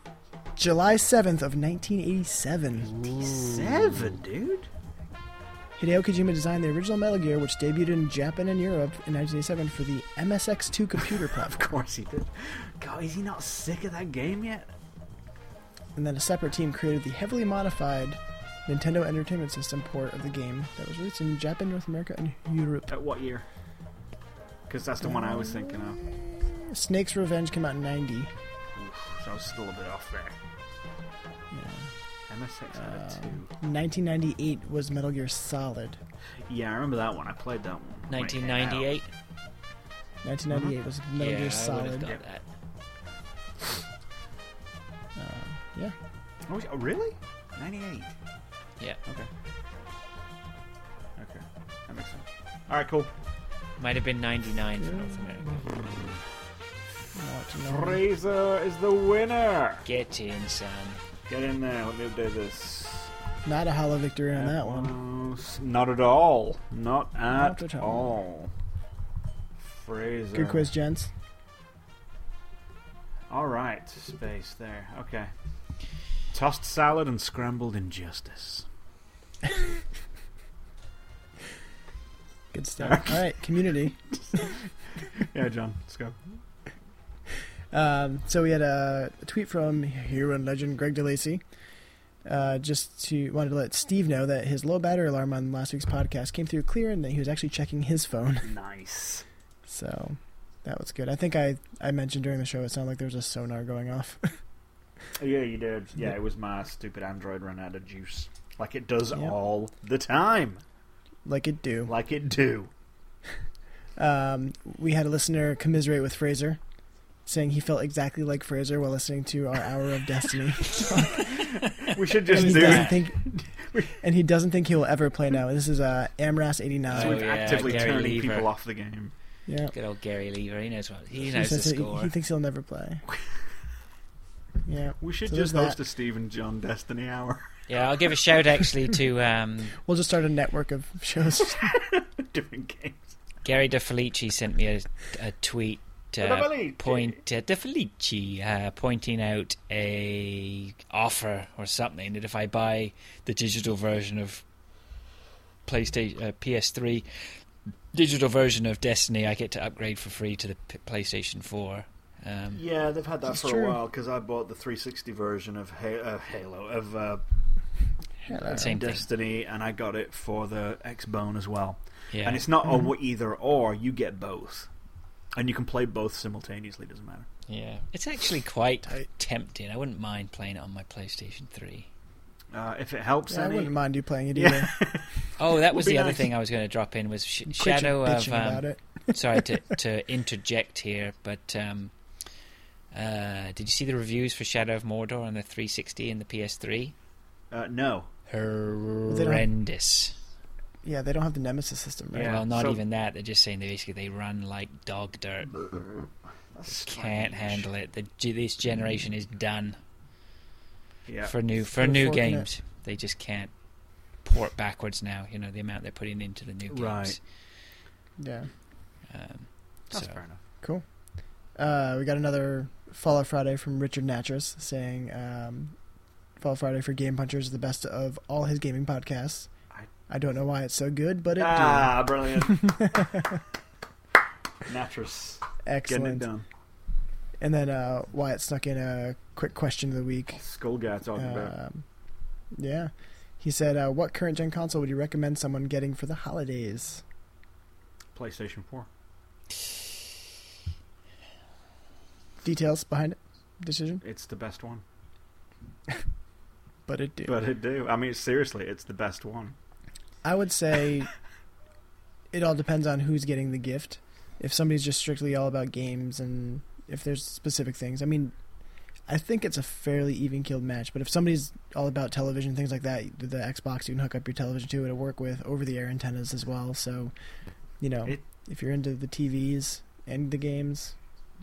July 7th of 1987. Seven, dude. Hideo Kojima designed the original Metal Gear, which debuted in Japan and Europe in 1987 for the MSX2 computer Of platform, course he did. God, is he not sick of that game yet? and then a separate team created the heavily modified Nintendo Entertainment System port of the game that was released in Japan, North America, and Europe. At what year? Because that's the one I was thinking of. Snake's Revenge came out in 90. So I was still a bit off there. MSX had a two. 1998 Um, was Metal Gear Solid. Yeah, I remember that one. I played that one. Wait, 1998? 1998 was Metal yeah, I Gear would have Solid. got that. Yeah. ow. Oh, really? 98. Yeah. Okay. All right, cool. Might have been 99 for North America. Not to know. Fraser is the winner. Get in, son. Get in there. Let me update this. Not a hollow victory on that one. Uh, Not at all. Not at, Not at all. all. Fraser. Good quiz, gents. All right, space there. Okay. Tossed salad and scrambled injustice. Good stuff. All right, community. Yeah, John, let's go. Um, so we had a, a tweet from hero and legend Greg DeLacy. Uh, just to wanted to let Steve know that his low battery alarm on last week's podcast came through clear, and that he was actually checking his phone. Nice. So that was good. I think I, I mentioned during the show it sounded like there was a sonar going off. Oh, Yeah, you did. Yeah, it was my stupid Android ran out of juice, like it does Yep. all the time, like it do. like it do. Um, we had a listener commiserate with Fraser, saying he felt exactly like Fraser while listening to our Hour of Destiny. We should and just he do doesn't it. think and he doesn't think he will ever play now. This is uh, Amras eighty So Oh, we're nine. yeah, actively Gary turning Lever. people off the game. yeah, Good old Gary Lever. He knows what. He He knows the says that he- score. He, thinks he'll never play. yeah, We should So just there's host that. a Steve and John Destiny hour. Yeah, I'll give a shout actually to um, we'll just start a network of shows. Different games. Gary DeFelici sent me a, a tweet. Uh, Felici. point uh, DeFelici uh, pointing out a offer or something that if I buy the digital version of PlayStation uh, PS3 digital version of Destiny, I get to upgrade for free to the P- PlayStation 4. Um, Yeah, they've had that It's for true. a while because I bought the 360 version of ha- uh, Halo of uh, Hello. Same thing. Destiny, and I got it for the Xbone as well. yeah. Mm-hmm. And it's not a w either or; you get both, and you can play both simultaneously. Doesn't matter. Yeah, it's actually quite Tight. tempting. I wouldn't mind playing it on my PlayStation 3. Uh, if it helps Yeah, I any, wouldn't mind you playing it Yeah. either. Oh, that was Would be the other nice. thing I was going to drop in was sh- Quit your Shadow of. bitching about Um, it. sorry to to interject here, but um, uh, did you see the reviews for Shadow of Mordor on the 360 and the PS3? uh, no. they don't- Horrendous. Yeah, they don't have the Nemesis system, right? Yeah. well, not so- even that. They're just saying they basically they run like dog dirt. That's strange. Can't handle it. The, g- this generation is done. Yeah, for new for They're new forking it. games. They just can't port backwards now. You know the amount they're putting into the new games. Right. Yeah. Um, that's so fair enough. Cool. Uh, we got another Fallout Friday from Richard Natras saying um, Fallout Friday for Game Punchers is the best of all his gaming podcasts. I- I don't know why it's so good, but it Ah, brilliant. Natras, do. getting it Excellent. done. And then uh, Wyatt snuck in a quick question of the week. Skull guy talking about. it. Um, yeah. He said, uh, What current gen console would you recommend someone getting for the holidays? PlayStation Four. Details behind it. Decision, It's the best one. but it do. But it do. I mean, seriously, it's the best one. I would say it all depends on who's getting the gift. If somebody's just strictly all about games and if there's specific things, I mean, I think it's a fairly even keeled match. But if somebody's all about television, things like that, the Xbox you can hook up your television to, it'll work with over the air antennas as well. So, you know, It- if you're into the TVs and the games,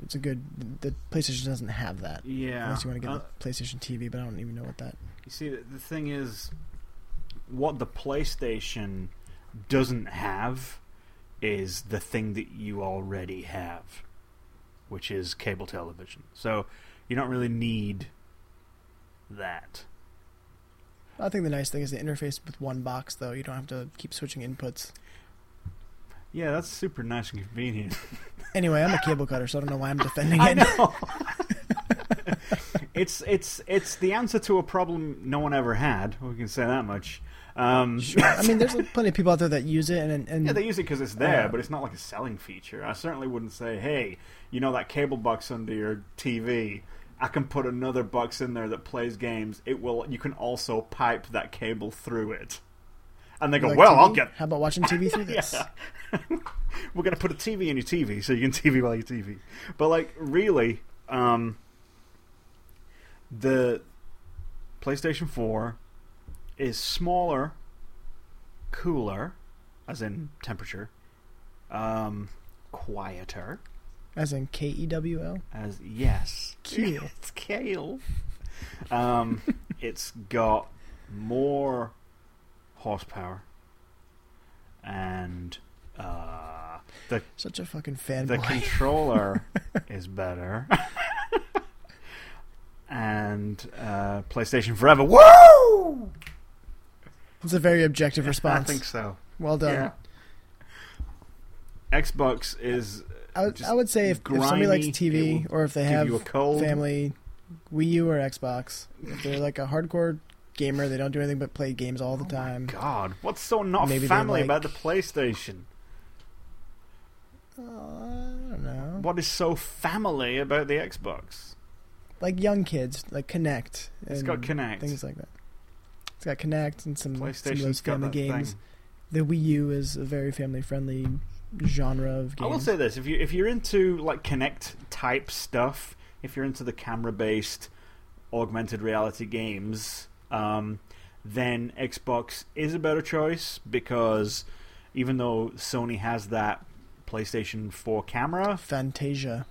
it's a good. The PlayStation doesn't have that. Yeah. Unless you want to get Uh, the PlayStation TV, but I don't even know what that. You see, the the thing is, what the PlayStation doesn't have is the thing that you already have, which is cable television. So you don't really need that. I think the nice thing is the interface with one box, though. You don't have to keep switching inputs. Yeah, that's super nice and convenient. Anyway, I'm a cable cutter, so I don't know why I'm defending I it. know. it's it's it's the answer to a problem no one ever had. We can say that much. Um, Sure. I mean, there's plenty of people out there that use it, and and Yeah, they use it because it's there, Uh, but it's not like a selling feature. I certainly wouldn't say, "Hey, you know that cable box under your TV? I can put another box in there that plays games. It will. You can also pipe that cable through it." And they go, like "Well, TV, I'll get. How about watching TV through this? Yeah. We're going to put a TV in your TV, so you can TV while you TV." But like, really, um, the PlayStation Four is smaller, cooler, as in temperature, Um, quieter, as in K E W L. as yes, Keel. it's kale. Um, it's got more horsepower, and uh, the Such a fucking the fanboy. controller is better. and uh, PlayStation Forever. Woo! It's a very objective I response. think so. well done. Yeah. Xbox is I would, Just I would say if, if somebody grimy, likes it TV or if they give have you a cold. family, Wii U or Xbox, if they're like a hardcore gamer, they don't do anything but play games all the time. Oh God, what's so not Maybe they family like- about the PlayStation? Uh, I don't know. What is so family about the Xbox? Like young kids, like Connect. It's got Kinect. Things like that. It's got Connect and some, some of PlayStation's those got family that games. thing. The Wii U is a very family friendly genre of I games. will say this: if you if you're into like Connect type stuff, if you're into the camera based augmented reality games, um, then Xbox is a better choice because even though Sony has that PlayStation 4 camera, Fantasia.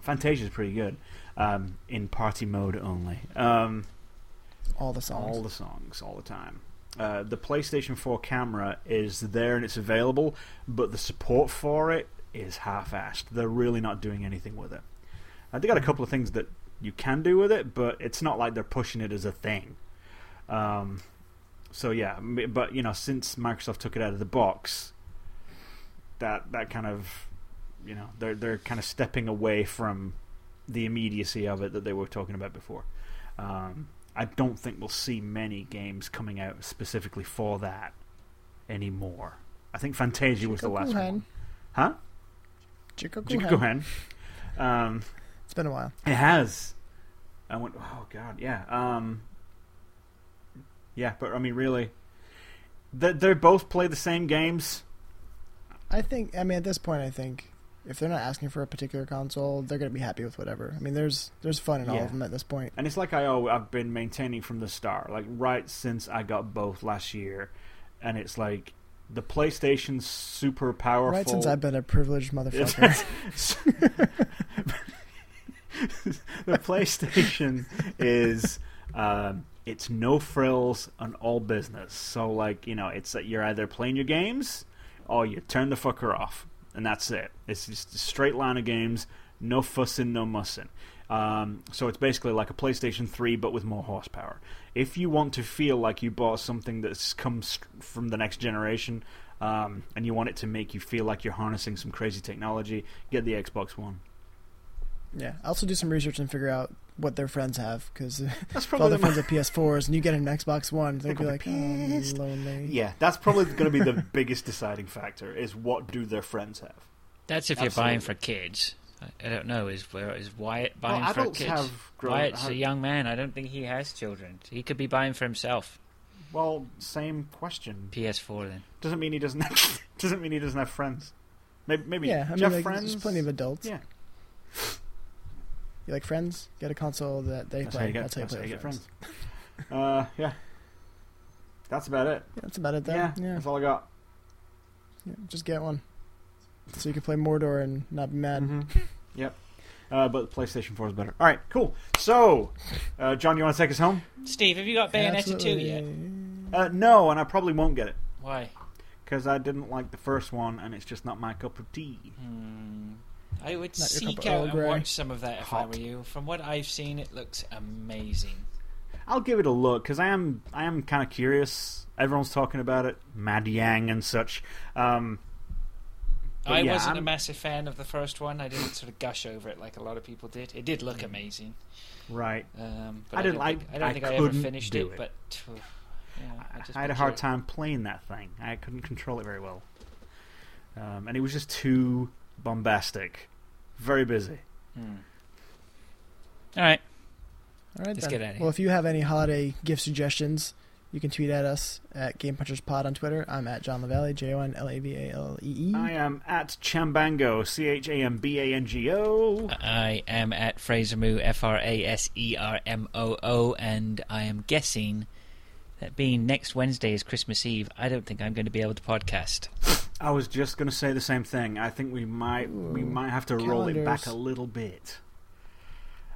Fantasia is pretty good um, in party mode only. Um, All the songs. all the songs, all the time. Uh, the PlayStation 4 camera is there and it's available, but the support for it is half-assed. They're really not doing anything with it. Uh, they got a couple of things that you can do with it, but it's not like they're pushing it as a thing. Um, so yeah, m- but you know, since Microsoft took it out of the box, that that kind of you know they're they're kind of stepping away from the immediacy of it that they were talking about before. Um, I don't think we'll see many games coming out specifically for that anymore. I think Fantasia was the last one. Huh? Chico Go Kuhan. ahead. Um, It's been a while. it has. I went. Oh God, yeah. Um, yeah, but I mean, really, they they both play the same games. I think. I mean, at this point, I think if they're not asking for a particular console, they're going to be happy with whatever. I mean, there's there's fun in all Yeah. of them at this point. And it's like I al- I've been maintaining from the start, like right since I got both last year, and it's like the PlayStation's super powerful. Right since I've been a privileged It's- motherfucker. the PlayStation is um, it's no frills on all business. So like you know, it's that you're either playing your games or you turn the fucker off, and that's it. It's just a straight line of games, no fussing, no mussing. Um, so it's basically like a PlayStation 3, but with more horsepower. If you want to feel like you bought something that's come st- from the next generation, um, and you want it to make you feel like you're harnessing some crazy technology, get the Xbox One. yeah. I also do some research and figure out what their friends have because if That's probably all their the mo- friends have PS4s and you get an Xbox One, They're they'll be gonna like, be oh, pissed." lonely. Yeah, that's probably going to be the biggest deciding factor is what do their friends have. That's if you're buying Absolutely. for kids. I- I don't know. Is where is Wyatt buying well, for adults kids? have grown. Wyatt's have- a young man. I don't think he has children. He could be buying for himself. well, same question. PS4 then. Doesn't mean he doesn't. Have, doesn't mean he doesn't have friends. Maybe. maybe Yeah, do you I mean, have like, friends. there's plenty of adults. Yeah. You like friends? Get a console that they That's how play. you get, that's how you that's play how you with get friends. friends. uh, yeah. That's about it. Yeah, that's about it, though. Yeah, yeah. that's all I got. Yeah, Just get one. So you can play Mordor and not be mad. Mhm. Yep. Uh, but the PlayStation 4 is better. All right, cool. So, uh, John, you want to take us home? Steve, have you got Bayonetta 2 yet? Absolutely. Uh, no, and I probably won't get it Why? because I didn't like the first one, and it's just not my cup of tea. Hmm. I would your cup seek of out Earl and Grey. watch some of that if I Hot. were you. From what I've seen, it looks amazing. I'll give it a look because I am I am kind of curious. Everyone's talking about it, Mad Yang and such. Um, But I yeah, wasn't a I'm- massive fan of the first one. I didn't sort of gush over it like a lot of people did. It did look amazing. right. Um, I but I, didn't don't like- think, I don't I think I ever couldn't finished do it, it. But phew, yeah, I, just I had a picture hard it. time playing that thing. I couldn't control it very well, um, and it was just too bombastic. Very busy. Hmm. All right. All right, Let's then. get outta here. Well, if you have any holiday gift suggestions, you can tweet at us at Game Punchers Pod on Twitter. I'm at John Lavalley, J O N L A V A L E E. I am at Chambango, C H A M B A N G O. I am at Frasermoo, F R A S E R M O O, and I am guessing that being next Wednesday is Christmas Eve, I don't think I'm going to be able to podcast. I was just going to say the same thing. I think we might we Ooh, might have to roll it back calendars. a little bit.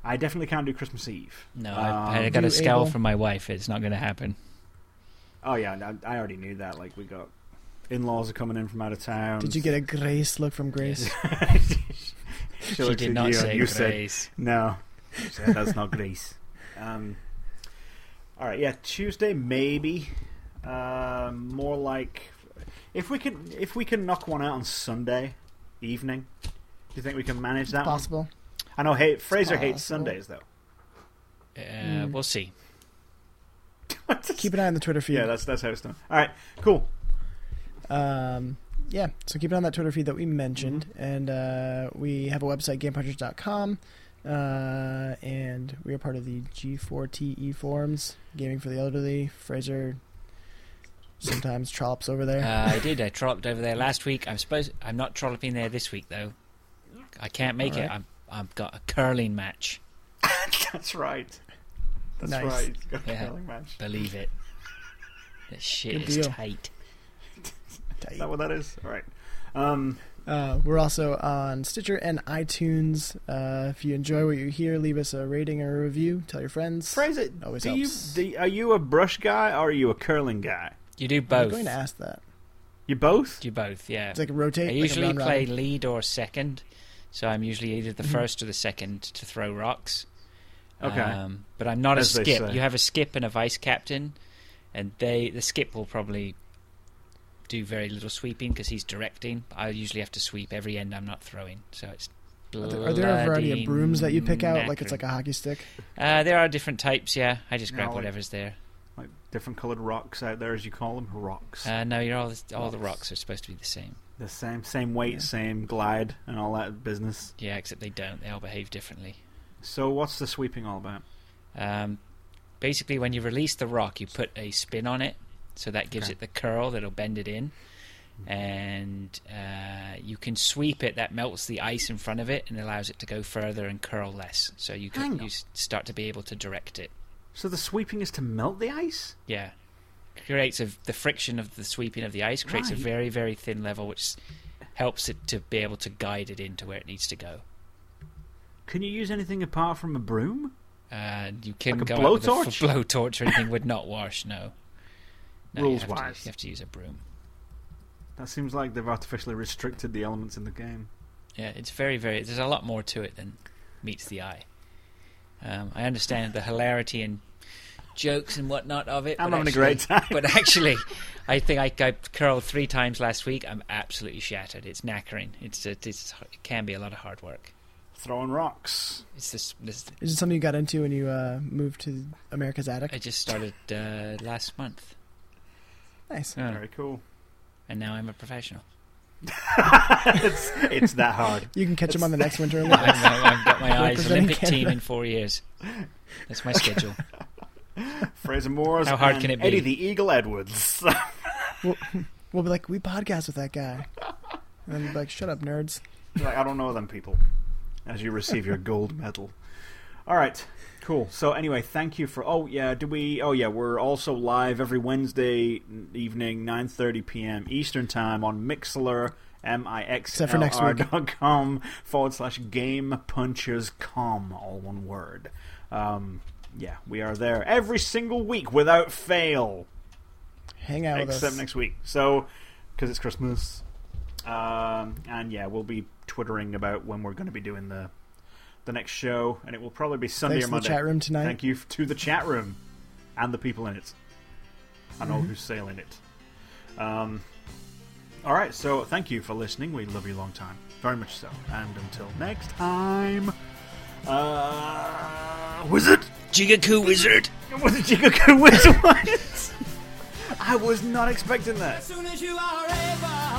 I definitely can't do Christmas Eve. No, Um, I, I got You a scowl able- from my wife. It's not going to happen. Oh yeah, I, I already knew that. Like we got in-laws are coming in from out of town. Did you get a Grace look from Grace? She She looked did at not you and say you said, grace. No, She said, that's not Greece. Um, all right, yeah, Tuesday maybe. Uh, more like if we can if we can knock one out on Sunday evening. Do you think we can manage that? one? Possible. I know. Hey, Fraser hates possible. Sundays though. Uh, Mm. We'll see. Keep an eye on the Twitter feed. yeah, that's that's how it's done. All right, cool. Um, yeah, so keep it on that Twitter feed that we mentioned. Mm-hmm. And uh, we have a website, gamepunchers.com. Uh, and we are part of the G4TE E forums, Gaming for the Elderly. Fraser sometimes trollops over Ah, there. Uh, I did. I trolloped over there last week. I'm supposed. I'm not trolloping there this week though. I can't make All it. right. I'm. I've got a curling match. That's right. That's Nice. right. Got a Yeah. curling match. Believe it. That shit Good is deal. tight. Is that what that is? All right. Um, Uh, we're also on Stitcher and iTunes. Uh, if you enjoy what you hear, leave us a rating or a review. Tell your friends. Fraser, Always do you, helps. do, are you a brush guy or are you a curling guy? You do I'm both. going to ask that. You both? Do both. Yeah. It's like a rotate. I like a usually round play robin. lead or second, so I'm usually either the Mm-hmm. first or the second to throw rocks. Okay. Um, but I'm not As a they skip. say. You have a skip and a vice captain, and they the skip will probably do very little sweeping because he's directing. I usually have to sweep every end I'm not throwing, so it's. Are there, are there a variety of brooms that you pick out? bloody Like it's like a hockey stick. knackered. Uh, there are different types. Yeah, I just No, grab like- whatever's there. like different colored rocks out there as you call them rocks Uh, no, you're all all the Rocks. rocks are supposed to be the same. the same same weight Yeah. same glide and all that business Yeah, except they don't. They all behave differently. so what's the sweeping all about Um, basically, when you release the rock, you put a spin on it, so that gives Okay. it the curl that'll bend it in, and uh, you can sweep it. That melts the ice in front of it and allows it to go further and curl less. So you Hang on. can you s- start to be able to direct it. so the sweeping is to melt the ice Yeah, creates a, the friction of the sweeping of the ice creates a Right. very very thin level, which s- helps it to be able to guide it into where it needs to go. can you use anything apart from a broom Uh, you can Like a go out with blowtorch? a f- blowtorch or anything would not wash. No, no you Rules have to- wise. you have to use a broom. that seems like they've artificially restricted the elements in the game Yeah, it's very, very. There's a lot more to it than meets the eye. Um, I understand the hilarity and jokes and whatnot of it. I'm but having a actually- great time. But actually, I think I, I curled three times last week. I'm absolutely shattered. It's knackering. It's it, it's it can be a lot of hard work. throwing rocks It's this. this Is it something you got into when you uh, moved to America's I Attic? just started uh, last month, Nice. Oh, very cool and now I'm a professional. it's, it's that hard You can catch him on the next Winter I've, Olympics. I've got my eyes Representing Olympic team Canada. in four years. That's my schedule. Fraser Moores How hard and can it be? Eddie the Eagle Edwards We'll, we'll be like, we podcast with that guy. And then we'll be like, shut up, nerds. like, I don't know them people. As you receive your gold medal. All right, cool. So anyway, thank you for. Oh yeah, do we? Oh yeah, we're also live every Wednesday evening, nine thirty p.m. Eastern time on Mixler. M I X for L next R week. dot com forward slash game punchers com, all one word. Um, yeah, we are there every single week without fail Hang out with except us. next week. So, because it's Christmas, um, and yeah, we'll be twittering about when we're going to be doing the the next show, and it will probably be Sunday Thanks or to the Monday. chat room tonight. Thank you f- to the chat room and the people in it, and Mm-hmm. all who sail in it. Um, all right, so thank you for listening. We love you long time, very much so. And until next time, uh, wizard. Jigakoo wizard. What did you go with? What? I was not expecting that. As soon as you are able.